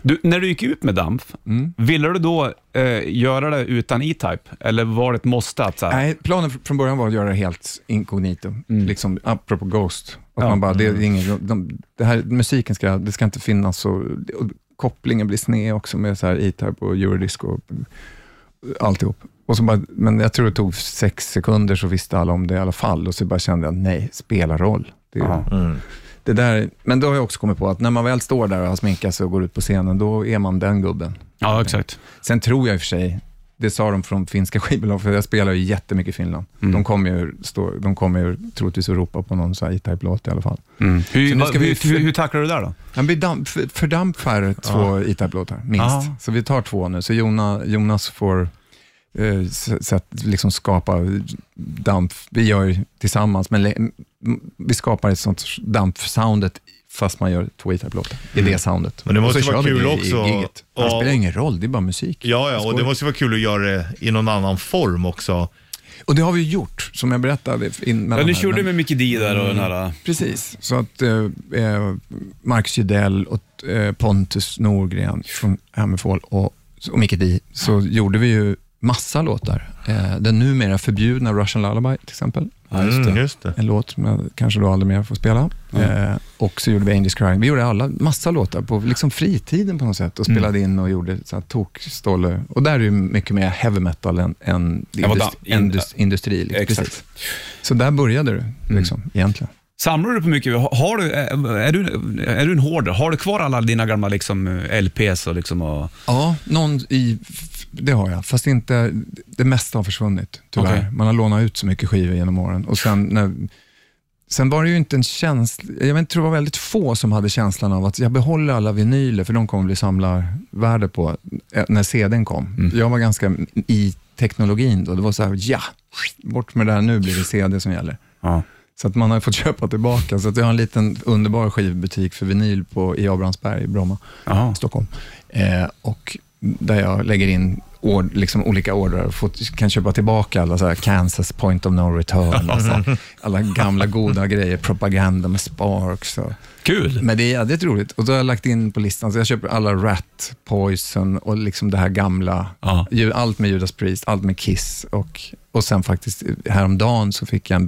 Speaker 2: Du, när du gick ut med DAMF, ville du då eh, göra det utan E-Type? Eller var det ett måste? Att, så här,
Speaker 1: Nej, planen fr- från början var att göra det helt inkognito, liksom apropå Ghost. Att
Speaker 2: Mm. Ja. Mm.
Speaker 1: man bara, det, är ingen, de, det här, musiken ska, det ska inte finnas så, och kopplingen blir sned också med så här E-Type och Eurodisco och alltihop. Och så bara, men jag tror det tog sex sekunder så visste alla om det i alla fall och så bara kände jag, nej, spelar roll. Det,
Speaker 2: Ja.
Speaker 1: det där, men då har jag också kommit på att när man väl står där och har sminkat sig och går ut på scenen, då är man den gubben.
Speaker 2: Ja, exakt.
Speaker 1: Sen tror jag i och för sig, det sa de från finska skivbolag, för jag spelar ju jättemycket i Finland. De kommer ju, stå, de kommer ju troligtvis att ropa på någon så här E-Type-låt i alla fall.
Speaker 2: Hur,
Speaker 1: Så nu ska
Speaker 2: vad-
Speaker 1: vi-
Speaker 2: hur, hur, hur tacklar du det där då?
Speaker 1: Han blir damp, för- fördampar två E-Type-låtar, minst.
Speaker 2: Ja.
Speaker 1: Så vi tar två nu, så Jona, Jonas får eh, s- så att liksom skapa damp. Vi gör ju tillsammans, men le, m- vi skapar ett sånt damp-soundet fast man gör två E-Type-låtar. Det är det soundet.
Speaker 3: Men det
Speaker 1: Och
Speaker 3: måste
Speaker 1: så
Speaker 3: vara
Speaker 1: kör vi
Speaker 3: kul
Speaker 1: det i-
Speaker 3: också.
Speaker 1: I, giget. det
Speaker 3: Ja.
Speaker 1: spelar ingen roll, det är bara musik.
Speaker 3: Ja, ja, och det
Speaker 1: Skoj.
Speaker 3: måste vara kul att göra det i någon annan form också.
Speaker 1: Och det har vi ju gjort, som jag berättade. In mellan
Speaker 9: Ja, ni
Speaker 1: här,
Speaker 9: körde
Speaker 1: men-
Speaker 9: med Mickey D där och
Speaker 2: Mm.
Speaker 9: den här...
Speaker 1: Precis, så att eh, eh, Marcus Gidell och eh, Pontus Norgren från Hammerfall och, och Micke Di, så gjorde vi ju massa låtar. Eh, den numera förbjudna Russian Lullaby till exempel.
Speaker 9: Ja, just
Speaker 3: Mm,
Speaker 9: det.
Speaker 3: just det.
Speaker 1: En låt som jag kanske då aldrig mer får spela. Eh, och så gjorde vi Angels Crying. Vi gjorde alla, massa låtar på liksom fritiden på något sätt och
Speaker 9: Mm.
Speaker 1: spelade in och gjorde så här tokstolle. Och där är ju mycket mer heavy metal än, än
Speaker 9: vad
Speaker 1: indust-
Speaker 9: da- in-
Speaker 1: indus- industri. Liksom.
Speaker 9: Exakt. Mm.
Speaker 1: Precis. Så där började du, liksom, egentligen.
Speaker 2: Samlar du på mycket? Har har du, är- är, du, är du en hoarder? Har du kvar alla dina gamla liksom, eh, LPs? Och liksom, och,
Speaker 1: Ja, någon i, f- det har jag, fast inte, det mesta har försvunnit tyvärr.
Speaker 2: Okej.
Speaker 1: Man har lånat ut så mycket skivor genom åren. Och sen, när, sen var det ju inte en känsla, jag vet inte, tror det var väldigt få som hade känslan av att jag behåller alla vinyler, för de kommer bli samlarvärde på eh, när CDn kom. Jag var ganska i teknologin då, det var så här, ja, bort med det här, nu blir det CD som gäller.
Speaker 2: ja.
Speaker 1: Så att man har fått köpa tillbaka. Så att jag har en liten underbar skivbutik för vinyl på, i Abrahamsberg i Bromma.
Speaker 2: Jaha.
Speaker 1: Stockholm. Eh, och där jag lägger in ord, liksom olika ordrar och får, kan köpa tillbaka alla så här Kansas point of no return. Och så här, alla gamla goda grejer, propaganda med Sparks. Och.
Speaker 2: Kul!
Speaker 1: Men det är jädrigt roligt. Och då har jag lagt in på listan, så jag köper alla Rat, Poison och liksom det här gamla.
Speaker 2: Ja.
Speaker 1: Ju- Allt med Judas Priest, allt med Kiss och, och sen faktiskt häromdagen så fick jag en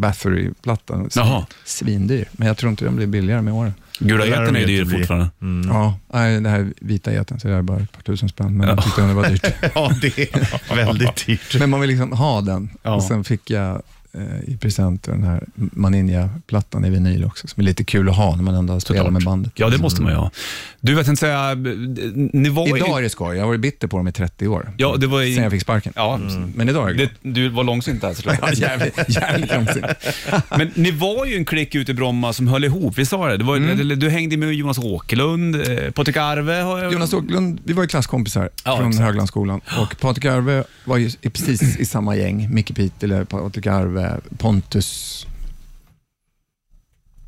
Speaker 1: Bathory-platta. Svin-
Speaker 2: Jaha.
Speaker 1: Svindyr, men jag tror inte den blir billigare med åren.
Speaker 2: Gula
Speaker 3: Det lär
Speaker 2: jätten
Speaker 3: de
Speaker 2: är ju
Speaker 3: inte
Speaker 2: dyr
Speaker 3: bli.
Speaker 2: fortfarande.
Speaker 1: Ja, nej, det här vita geten, så det är bara ett par tusen spänn, men jag tyckte det var dyrt.
Speaker 3: Ja, det är väldigt dyrt.
Speaker 1: Men man vill liksom ha den.
Speaker 3: Ja.
Speaker 1: Och sen fick jag eh, i present den här Maninja-plattan i vinyl också, som är lite kul att ha när man ändå spelar med bandet.
Speaker 2: Ja, det måste man ju ha. Du, jag tänkte säga, eh, nivå...
Speaker 1: Idag är det skoj. Jag har varit bitter på dem i 30 år,
Speaker 2: Ja, det var i-
Speaker 1: sen jag fick Mm. sparken.
Speaker 2: Ja,
Speaker 1: Men idag är jag glad.
Speaker 2: det, du var långsint där såklart.
Speaker 1: Ja, jävligt, jävligt långsint.
Speaker 2: Men ni var ju en klick ute i Bromma som höll ihop, vi sa det. det var,
Speaker 1: Mm.
Speaker 2: du, du hängde med Jonas Åkerlund, eh, Patrik Arve. har jag-
Speaker 1: Jonas Åkerlund, vi var ju klasskompisar
Speaker 2: Ja,
Speaker 1: från
Speaker 2: exakt.
Speaker 1: Höglandsskolan. Och Patrik Arve var ju i- precis i samma gäng. Micke Pitele, Patrik Arve, Pontus...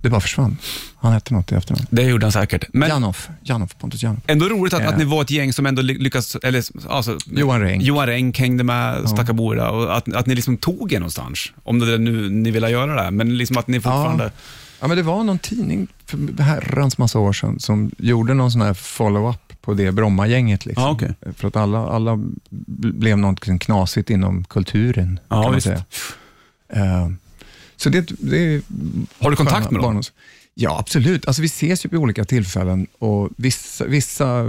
Speaker 1: Det bara försvann. Han hette något i efternamn.
Speaker 2: Det gjorde han säkert. Men
Speaker 1: Janoff, Janoff, Pontus Janoff.
Speaker 2: ändå roligt att,
Speaker 1: Ja.
Speaker 2: att ni var ett gäng som ändå ly- lyckas... Eller, alltså,
Speaker 1: Johan Renck.
Speaker 2: Johan Renck hängde med Stakabora och att, att ni liksom tog er någonstans. Om det är nu ni ville göra det, här, men liksom att ni fortfarande...
Speaker 1: Ja, men det var någon tidning för herrans massa år sedan som gjorde någon sån här follow-up på det Bromma-gänget. Liksom.
Speaker 2: Ja, okej.
Speaker 1: För att alla, alla b- blev något knasigt inom kulturen,
Speaker 2: Ja,
Speaker 1: kan man
Speaker 2: visst.
Speaker 1: säga. Eh, Så det, det
Speaker 2: Har du kontakt med dem?
Speaker 1: barndoms- Ja, absolut. Alltså, vi ses ju på olika tillfällen och vissa, vissa eh,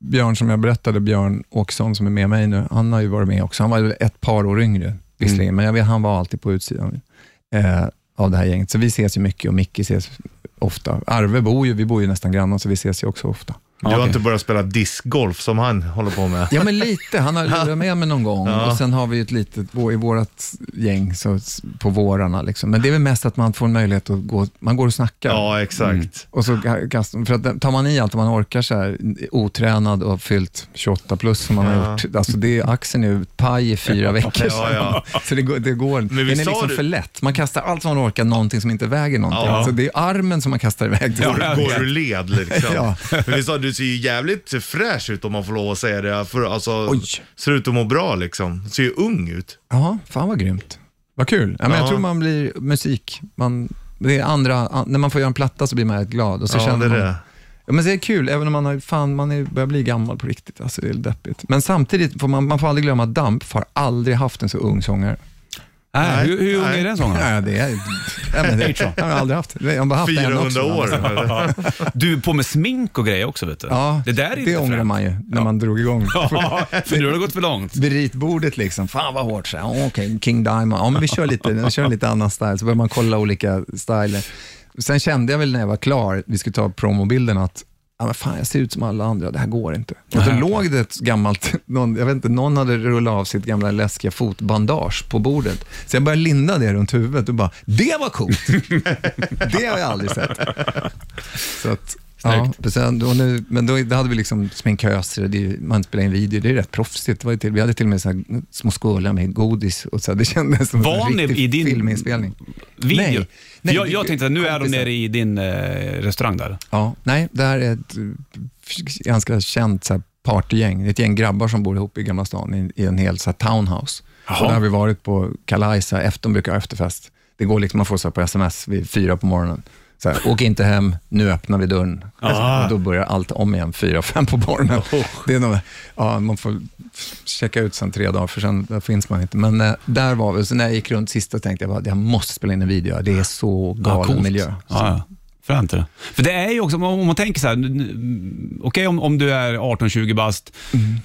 Speaker 1: Björn som jag berättade, Björn Åkesson som är med mig nu, han har ju varit med också. Han var väl ett par år yngre visserligen, men jag vet, han var alltid på utsidan eh, av det här gänget. Så vi ses ju mycket och Micke ses ofta. Arve bor ju, vi bor ju nästan grannar, så vi ses ju också ofta.
Speaker 3: Du har inte börjat spela discgolf som han håller på med.
Speaker 1: Ja, men lite. Han har lurat med mig någon gång.
Speaker 3: Ja.
Speaker 1: Och sen har vi ett litet, i vårt gäng så, på vårarna. Liksom. Men det är väl mest att man får en möjlighet att gå, man går och snackar.
Speaker 3: Ja, exakt.
Speaker 1: Och så ga- kastar, för att tar man i allt man orkar så här, otränad och fyllt 28 plus som man har gjort, alltså det, axeln är ju paj i fyra veckor
Speaker 3: Ja, ja.
Speaker 1: sedan. Så det går, det går den
Speaker 3: vi
Speaker 1: är
Speaker 3: sa
Speaker 1: liksom
Speaker 3: det-
Speaker 1: för lätt. Man kastar allt som man orkar, någonting som inte väger någonting.
Speaker 3: Ja.
Speaker 1: Så det är armen som man kastar iväg. till.
Speaker 3: Går, går du led liksom?
Speaker 1: Ja.
Speaker 3: Men vi sa, du ser ju jävligt fräsch ut om man får lov att säga det. För, alltså,
Speaker 1: Oj.
Speaker 3: ser ut att må bra liksom. Ser ju ung ut.
Speaker 1: Ja, fan vad grymt. Vad kul. Ja, men
Speaker 3: Ja.
Speaker 1: Jag tror man blir musik, man Det är andra, an- när man får göra en platta så blir man rätt glad. Och så
Speaker 3: Ja,
Speaker 1: känner
Speaker 3: det är
Speaker 1: man,
Speaker 3: det.
Speaker 1: Ja, men så är det kul, även om man, har, fan, man är, börjar bli gammal på riktigt. Alltså, det är deppigt. Men samtidigt, får man, man får aldrig glömma att Dampf har aldrig haft en så ung sångare.
Speaker 2: Nej, hur, hur ung
Speaker 3: nej.
Speaker 2: är den sångaren?
Speaker 1: Ja, det är, ja, men det, han har aldrig haft. det. Han har bara haft en
Speaker 3: 400
Speaker 1: också. alltså.
Speaker 3: år.
Speaker 2: Du, på med smink och grejer också vet du.
Speaker 1: Ja,
Speaker 2: det där är
Speaker 1: det
Speaker 2: inte
Speaker 1: ångrar
Speaker 2: fränt.
Speaker 1: man ju när man drog igång.
Speaker 2: Ja, för nu har det gått för långt.
Speaker 1: vid ritbordet liksom. Fan vad hårt. så här. Åh, Okej, King Diamond. Ja, men vi kör lite, vi kör lite annan style. Så börjar man kolla olika styler. Sen kände jag väl när jag var klar, vi skulle ta promobilden, att ja, men fan, jag ser ut som alla andra, det här går inte. Och så låg det ett gammalt, någon, jag vet inte, någon hade rullat av sitt gamla läskiga fotbandage på bordet. Så jag började linda det runt huvudet och bara, det var coolt. det har jag aldrig sett. Så att, ja,
Speaker 2: Snyggt.
Speaker 1: men sen, och nu, men då, då hade vi liksom sminköser, och det, är ju- man spelade in video, det är rätt proffsigt. Det var ju till, vi hade till och med så här små skålar med godis och så här, det kändes som
Speaker 2: Var
Speaker 1: en
Speaker 2: ni
Speaker 1: riktig
Speaker 2: i din
Speaker 1: filminspelning.
Speaker 2: Video?
Speaker 1: Nej. Nej,
Speaker 2: jag,
Speaker 1: det-
Speaker 2: jag tänkte att nu är de
Speaker 1: kompisar.
Speaker 2: nere i din eh, restaurang där.
Speaker 1: Ja, nej, det här är ett eh, ganska känt så här, partygäng. Det är ett gäng grabbar som bor ihop i Gamla stan i, i en hel så här, townhouse.
Speaker 2: Jaha.
Speaker 1: Och där har vi varit på Kalaisa, efter, de brukar ha efterfest. Det går liksom, man får så här, på sms vid fyra på morgonen. Så här, åk inte hem, nu öppnar vi dörren. Och då börjar allt om igen, fyra, fem på morgonen.
Speaker 2: Oh.
Speaker 1: Det är nog, ja, man får checka ut sen tre dagar, för sen där finns man inte. Men eh, där var vi, så när jag gick runt sist och tänkte jag bara, jag måste spela in en video, det är så galen
Speaker 2: coolt.
Speaker 1: miljö.
Speaker 2: Ja, ja. Fränt är det. För det är ju också, om man tänker så här, n- n- okej om, om du är 18-20 bast,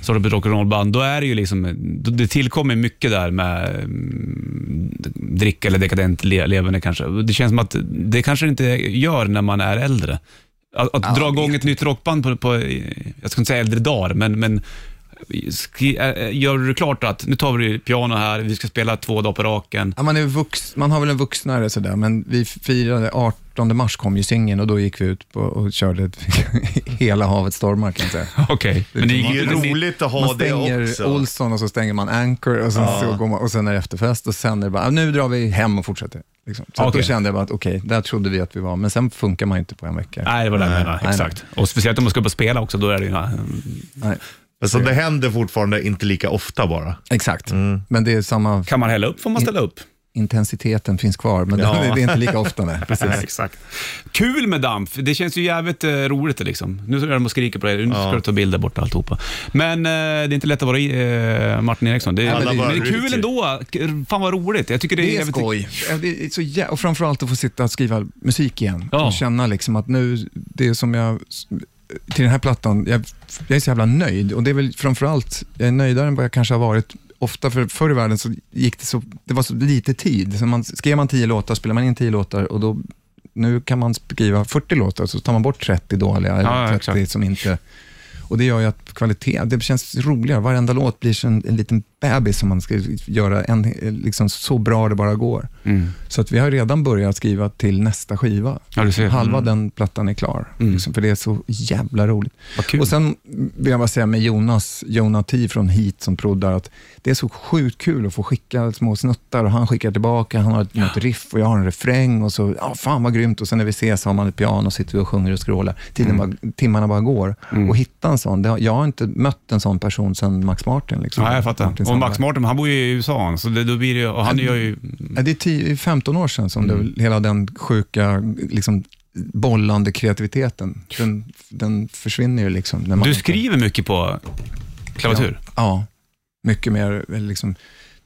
Speaker 2: så har du ett rock'n'roll-band, då är det ju liksom, då- det tillkommer mycket där med mm, dricka eller dekadent le, levande kanske. Det känns som att det kanske inte gör när man är äldre. Att, att dra igång ett nytt rockband på, på, i- jag ska inte säga äldre dagar, men, men skri, äh, gör du klart att nu tar vi piano här, vi ska spela två dagar på raken.
Speaker 1: Ja, man, är vux, man har väl en vuxnare sådär, men vi firade, 18 mars kom ju singeln och då gick vi ut på, och körde hela havet stormar kan jag säga.
Speaker 2: Okej, men det
Speaker 3: Det
Speaker 2: gick
Speaker 3: är ju
Speaker 2: men det-
Speaker 3: roligt att ha
Speaker 1: Man
Speaker 3: det
Speaker 1: stänger
Speaker 3: också.
Speaker 1: Olsson och så stänger man Anchor och sen, så går man, och sen är det efterfest och sen är det bara, nu drar vi hem och fortsätter. Liksom. Så att
Speaker 2: Okej.
Speaker 1: då kände jag bara att okej, där trodde vi att vi var, men sen funkar man ju inte på en vecka.
Speaker 2: Nej, det var det jag menade.
Speaker 1: nej,
Speaker 2: Exakt. Och speciellt om man ska upp och spela också, då är det ju... ja,
Speaker 1: Nej.
Speaker 3: Så det händer fortfarande inte lika ofta bara.
Speaker 1: Exakt,
Speaker 2: Mm.
Speaker 1: men det är samma,
Speaker 2: Kan man hälla upp får man ställa upp.
Speaker 1: intensiteten finns kvar, men
Speaker 3: Ja.
Speaker 1: det, är inte lika ofta. Nej.
Speaker 2: Nej, exakt. Kul med damp. Det känns ju jävligt eh, roligt liksom. Nu är de och skriker på dig. Nu ska du ta bilder bort alltihopa. Men eh, det är inte lätt att vara i, eh, Martin Eriksson. Det,
Speaker 3: Alla
Speaker 2: men, det,
Speaker 3: bara
Speaker 2: men det är kul
Speaker 3: ryker.
Speaker 2: ändå. Fan vad roligt. Jag tycker det,
Speaker 1: Det är
Speaker 2: jävligt-
Speaker 1: skoj. Ja, Det är så jä- och framförallt att få sitta och skriva musik igen.
Speaker 2: Ja.
Speaker 1: Och känna liksom att nu, det är som jag, till den här plattan, jag, jag är så jävla nöjd. Och det är väl framförallt, jag är nöjdare än vad jag kanske har varit. Ofta för, förr i världen så gick det så, det var så lite tid. Så man, skrev man tio låtar, spelade man in tio låtar och då, nu kan man skriva 40 låtar så tar man bort 30 dåliga, eller
Speaker 2: Ja, ja,
Speaker 1: 30
Speaker 2: exakt.
Speaker 1: som inte... Och det gör ju att kvalitet, det känns roligare. Varenda låt blir som en, en liten bebis som man ska göra en, liksom så bra det bara går. Så att vi har redan börjat skriva till nästa skiva.
Speaker 2: Mm. Ja, du ser.
Speaker 1: Halva den plattan är klar, liksom, för det är så jävla roligt.
Speaker 2: Mm. Vad kul.
Speaker 1: Och sen vill jag bara säga med Jonas, Jonas T från Heat som proddar, att det är så sjukt kul att få skicka små snuttar och han skickar tillbaka, han har ett, något riff och jag har en refräng och så, ja fan vad grymt och sen när vi ses så har man ett piano och sitter vi och sjunger och skrålar. Tiden
Speaker 2: Mm.
Speaker 1: bara, timmarna bara går. Och hitta en sån, det, har- jag har inte mött en sån person sedan Max Martin. Liksom.
Speaker 2: Ja, jag fattar. Och
Speaker 1: Sandberg.
Speaker 2: Max Martin, han bor ju i USA, så det, då blir det, ju- och han gör ju...
Speaker 1: Ja, det är 10 15 år sedan som
Speaker 2: Mm.
Speaker 1: det, hela den sjuka, liksom, bollande kreativiteten, den, den försvinner ju liksom. När man
Speaker 2: Du skriver mycket på klaviatur.
Speaker 1: Ja, mycket mer liksom,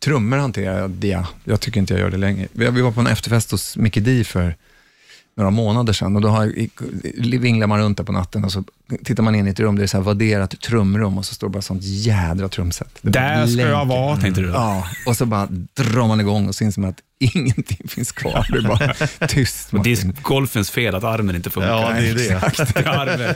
Speaker 1: trummor hanterar jag det. Jag tycker inte jag gör det längre. Vi vi var på en efterfest hos Mickey D för några månader sedan och då har, vinglar man runt där på natten och så tittar man in i ett rum där det är så här vadderat trumrum och så står det bara sånt jädra trumset. Det bara
Speaker 2: Där ska
Speaker 1: blänker.
Speaker 2: jag vara, tänkte du.
Speaker 1: Ja, och så bara drar man igång och så inser man att ingenting finns kvar. Det är bara tyst.
Speaker 2: Och
Speaker 1: Martin.
Speaker 2: Discgolfens fel att armen inte funkar.
Speaker 3: Ja, det är det.
Speaker 2: Det är armen.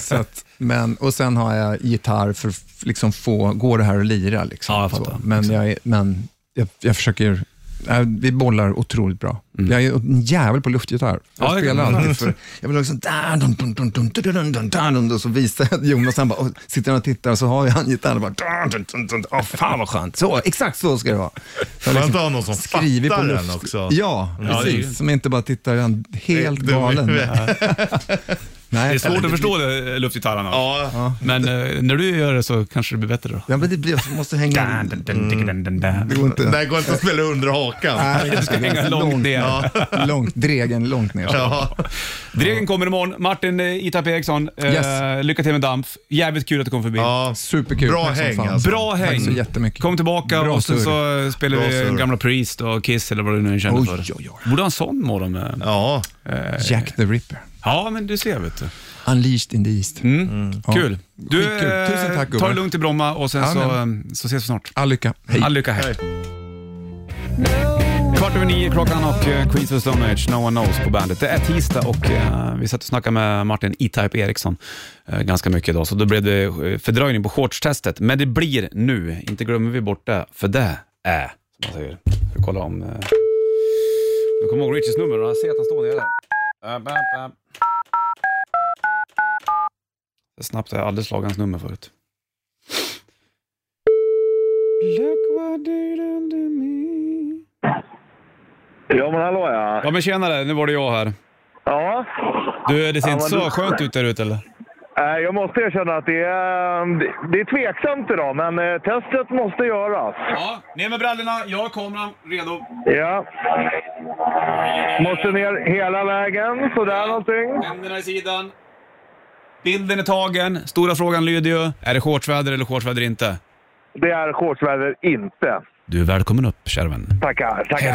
Speaker 1: Så att, men, och sen har jag gitarr för att liksom få, går det här att lira? Liksom,
Speaker 2: Ja, jag fattar.
Speaker 1: Så. Men, jag, är- men jag, jag försöker, nej, vi bollar otroligt bra. Jag är en jävel på luftgitarr. Jag
Speaker 2: Mm. Ja, det-
Speaker 1: spelar alltid för, jag vill ha liksom, dun, dun, dun, dun, dun, dun, dun, dun, dun, dun, och så visar jag Jonas, han bara, och sitter han och tittar och så har jag en gitarr och bara, dun, dun, dun, dun, åh, fan vad skönt, så, exakt så ska det vara. Så jag liksom
Speaker 3: Skönt att ha någon som
Speaker 1: skrivit
Speaker 3: fattar
Speaker 1: på
Speaker 3: den
Speaker 1: luft.
Speaker 3: också.
Speaker 1: Ja,
Speaker 2: det är ju-
Speaker 1: precis. Som inte bara tittar, han helt
Speaker 3: Det- det-
Speaker 1: galen. Nej,
Speaker 2: Det är svårt
Speaker 1: eller-
Speaker 2: att förstå det, eh, luftgitarrerna.
Speaker 3: Ja,
Speaker 2: Men eh, när du gör det så kanske det blir bättre då. Mm.
Speaker 1: Ja, men det blir, jag måste hänga... Det går
Speaker 3: det
Speaker 1: inte.
Speaker 3: här går inte att spela under hakan.
Speaker 1: Nej, det ska
Speaker 2: hänga långt ner.
Speaker 1: Långt, dregen långt ner.
Speaker 3: Ja.
Speaker 2: Dregen kommer imorgon. Martin eh, Itap Eriksson, eh,
Speaker 1: Yes.
Speaker 2: lycka till med Dampf. Jävligt kul att du kom förbi.
Speaker 3: Ja.
Speaker 1: Superkul.
Speaker 3: Bra
Speaker 1: Tack som
Speaker 3: häng,
Speaker 1: fan.
Speaker 3: alltså.
Speaker 2: Bra häng.
Speaker 1: Tack så jättemycket.
Speaker 2: Kom tillbaka
Speaker 1: Bra
Speaker 2: och sen
Speaker 1: surr.
Speaker 2: så eh, spelar
Speaker 3: Bra
Speaker 2: vi
Speaker 3: surr.
Speaker 2: gamla Priest och Kiss eller vad du nu känner
Speaker 1: Oj,
Speaker 2: för.
Speaker 1: oj, oj.
Speaker 2: Borde ha en sån morgon. Med.
Speaker 3: ja.
Speaker 1: Jack the Ripper.
Speaker 2: Ja, men du ser vet du.
Speaker 1: Unleashed in the East. Mm. Ja.
Speaker 2: Kul. Du, eh,
Speaker 1: Skitkul. Tusen tack,
Speaker 2: ta det
Speaker 1: gubbar.
Speaker 2: lugnt i Bromma och sen
Speaker 1: Ja,
Speaker 2: så,
Speaker 1: men.
Speaker 2: eh, så ses vi snart.
Speaker 1: All lycka. Hej.
Speaker 2: All lycka, hej. Kvart över nio klockan och eh, Queens of Stone Age, No One Knows på bandet. Det är tisdag och eh, vi satt och snackade med Martin E-Type Eriksson eh, ganska mycket idag, så då blev det eh, fördröjning på shortstestet. Men det blir nu, inte glömmer vi bort det, för det är, som man säger. Ska kolla om... eh, Jag kommer ihåg Richies nummer, jag ser att han står nere där. Äh, bam, bam. Det är snabbt, jag har aldrig slagit hans nummer förut. Look what they done to me.
Speaker 9: Ja, men hallå ja.
Speaker 2: Ja men tjenare, nu var det jag här.
Speaker 9: Ja.
Speaker 2: Du, det ser
Speaker 9: Ja,
Speaker 2: inte
Speaker 9: men
Speaker 2: så
Speaker 9: du-
Speaker 2: skönt ut där ute eller?
Speaker 9: Eh, Jag måste erkänna att det är, eh, det är tveksamt idag, men eh, testet måste göras.
Speaker 2: Ja, ner med brallorna, jag har kameran redo.
Speaker 9: Ja. Måste ner hela vägen, sådär någonting.
Speaker 2: Händerna i sidan. Bilden är tagen. Stora frågan lyder ju, är det shortsväder eller shortsväder inte?
Speaker 9: Det är shortsväder inte.
Speaker 2: Du är välkommen upp kärven.
Speaker 9: Tackar, tackar.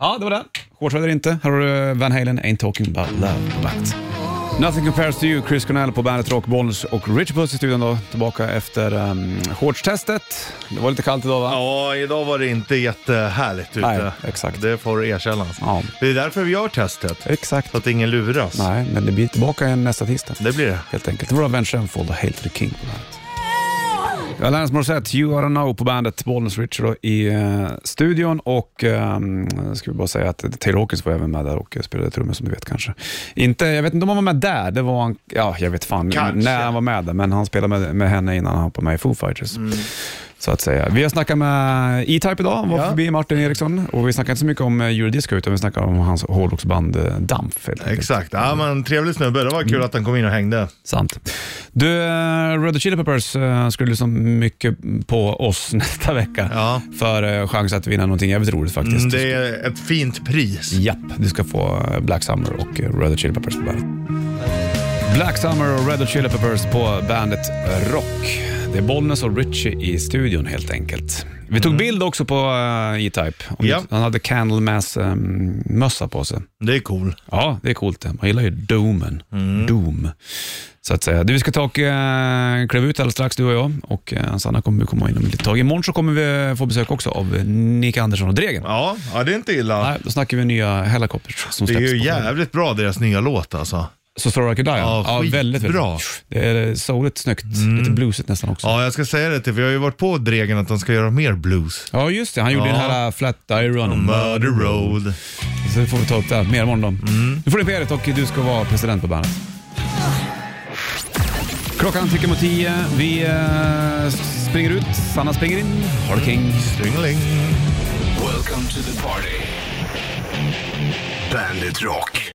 Speaker 2: Ja, det var det. Shortsväder inte. Här har du Van Halen, Ain't Talking About Love på bandet. Nothing compares to you, Chris Cornell på bandet Rock Bollnäs och Richard Puss i studion då, tillbaka efter um, shortstestet. Det var lite kallt idag va?
Speaker 3: ja, idag var det inte jättehärligt ute.
Speaker 2: Nej, exakt.
Speaker 3: Det får du erkänna. alltså.
Speaker 2: Ja.
Speaker 3: Det är därför vi gör testet.
Speaker 2: Exakt.
Speaker 3: Så att ingen luras.
Speaker 2: Nej, men det blir tillbaka igen nästa tisdag.
Speaker 3: Det blir det.
Speaker 2: Helt enkelt. Det var Avenged Sevenfold och Hail to the King på bandet. Jag har Lance Morissette, You Are A Know på bandet, Bollnäs Richard då, i eh, studion och ehm, ska vi bara säga att Taylor Hawkins var även med där och spelade trummor som du vet kanske. Inte, jag vet inte om han var med där, det var han, ja jag vet fan
Speaker 3: Kanske.
Speaker 2: när han var med där, men han spelade med, med henne innan han hoppade med i Foo Fighters. Så att säga. Vi har snackat med E-Type idag, var förbi Martin Eriksson och vi snackade inte så mycket om eh, Eurodisco utan vi snackade om hans hårdrocksband eh, Dampf. helt enkelt.
Speaker 3: Exakt. Ja, men trevlig snubbe. Det var
Speaker 2: Mm.
Speaker 3: kul att han kom in och hängde.
Speaker 2: Sant. Du, eh, Red Hot Chili Peppers eh, skulle liksom mycket på oss nästa vecka
Speaker 3: Ja.
Speaker 2: för eh, chans att vinna någonting jävligt roligt faktiskt.
Speaker 3: Mm, Det är ett fint pris.
Speaker 2: Japp, du ska få eh, Black Summer och eh, Red Hot Chili Peppers på bandet. Black Summer och Red Hot Chili Peppers på bandet Rock. Det är Bollnäs och Richie i studion helt enkelt. Vi tog bild också på eh, E-Type. Om
Speaker 3: Mm. Ja.
Speaker 2: du- Han hade Candlemass-mössa på sig.
Speaker 3: Det är cool.
Speaker 2: Ja, det är coolt. det. Man gillar ju Doomen.
Speaker 3: Mm.
Speaker 2: Doom, så att säga. Du, vi ska ta och eh, kliva ut alldeles strax, du och jag. Och eh, Sanna kommer komma in om ett litet tag. Imorgon så kommer vi få besök också av eh, Nick Andersson och Dregen.
Speaker 3: Ja, ja det är inte illa.
Speaker 2: Nej, då snackar vi nya Helicopters som
Speaker 3: det är
Speaker 2: släpps
Speaker 3: ju
Speaker 2: på-
Speaker 3: jävligt bra deras nya låt alltså.
Speaker 2: Så Star Rock Die.
Speaker 3: Ja,
Speaker 2: väldigt, väldigt
Speaker 3: skitbra. Mm.
Speaker 2: bra. Det är souligt, snyggt, lite bluesigt nästan också. Ja.
Speaker 3: Ja, jag ska säga det till, vi har ju varit på Dregen att de ska göra mer blues.
Speaker 2: just det. Han gjorde
Speaker 3: Ja.
Speaker 2: den här eh, Flat Iron.
Speaker 3: Murder Road.
Speaker 2: Så får vi ta upp det här mer imorgon då. Du får det Perit och du ska vara president på bandet. Klockan tickar mot tio. Vi eh, springer ut. Sanna springer in. Har det king.
Speaker 3: Stringeling.
Speaker 7: Welcome to the party. Bandit Rock.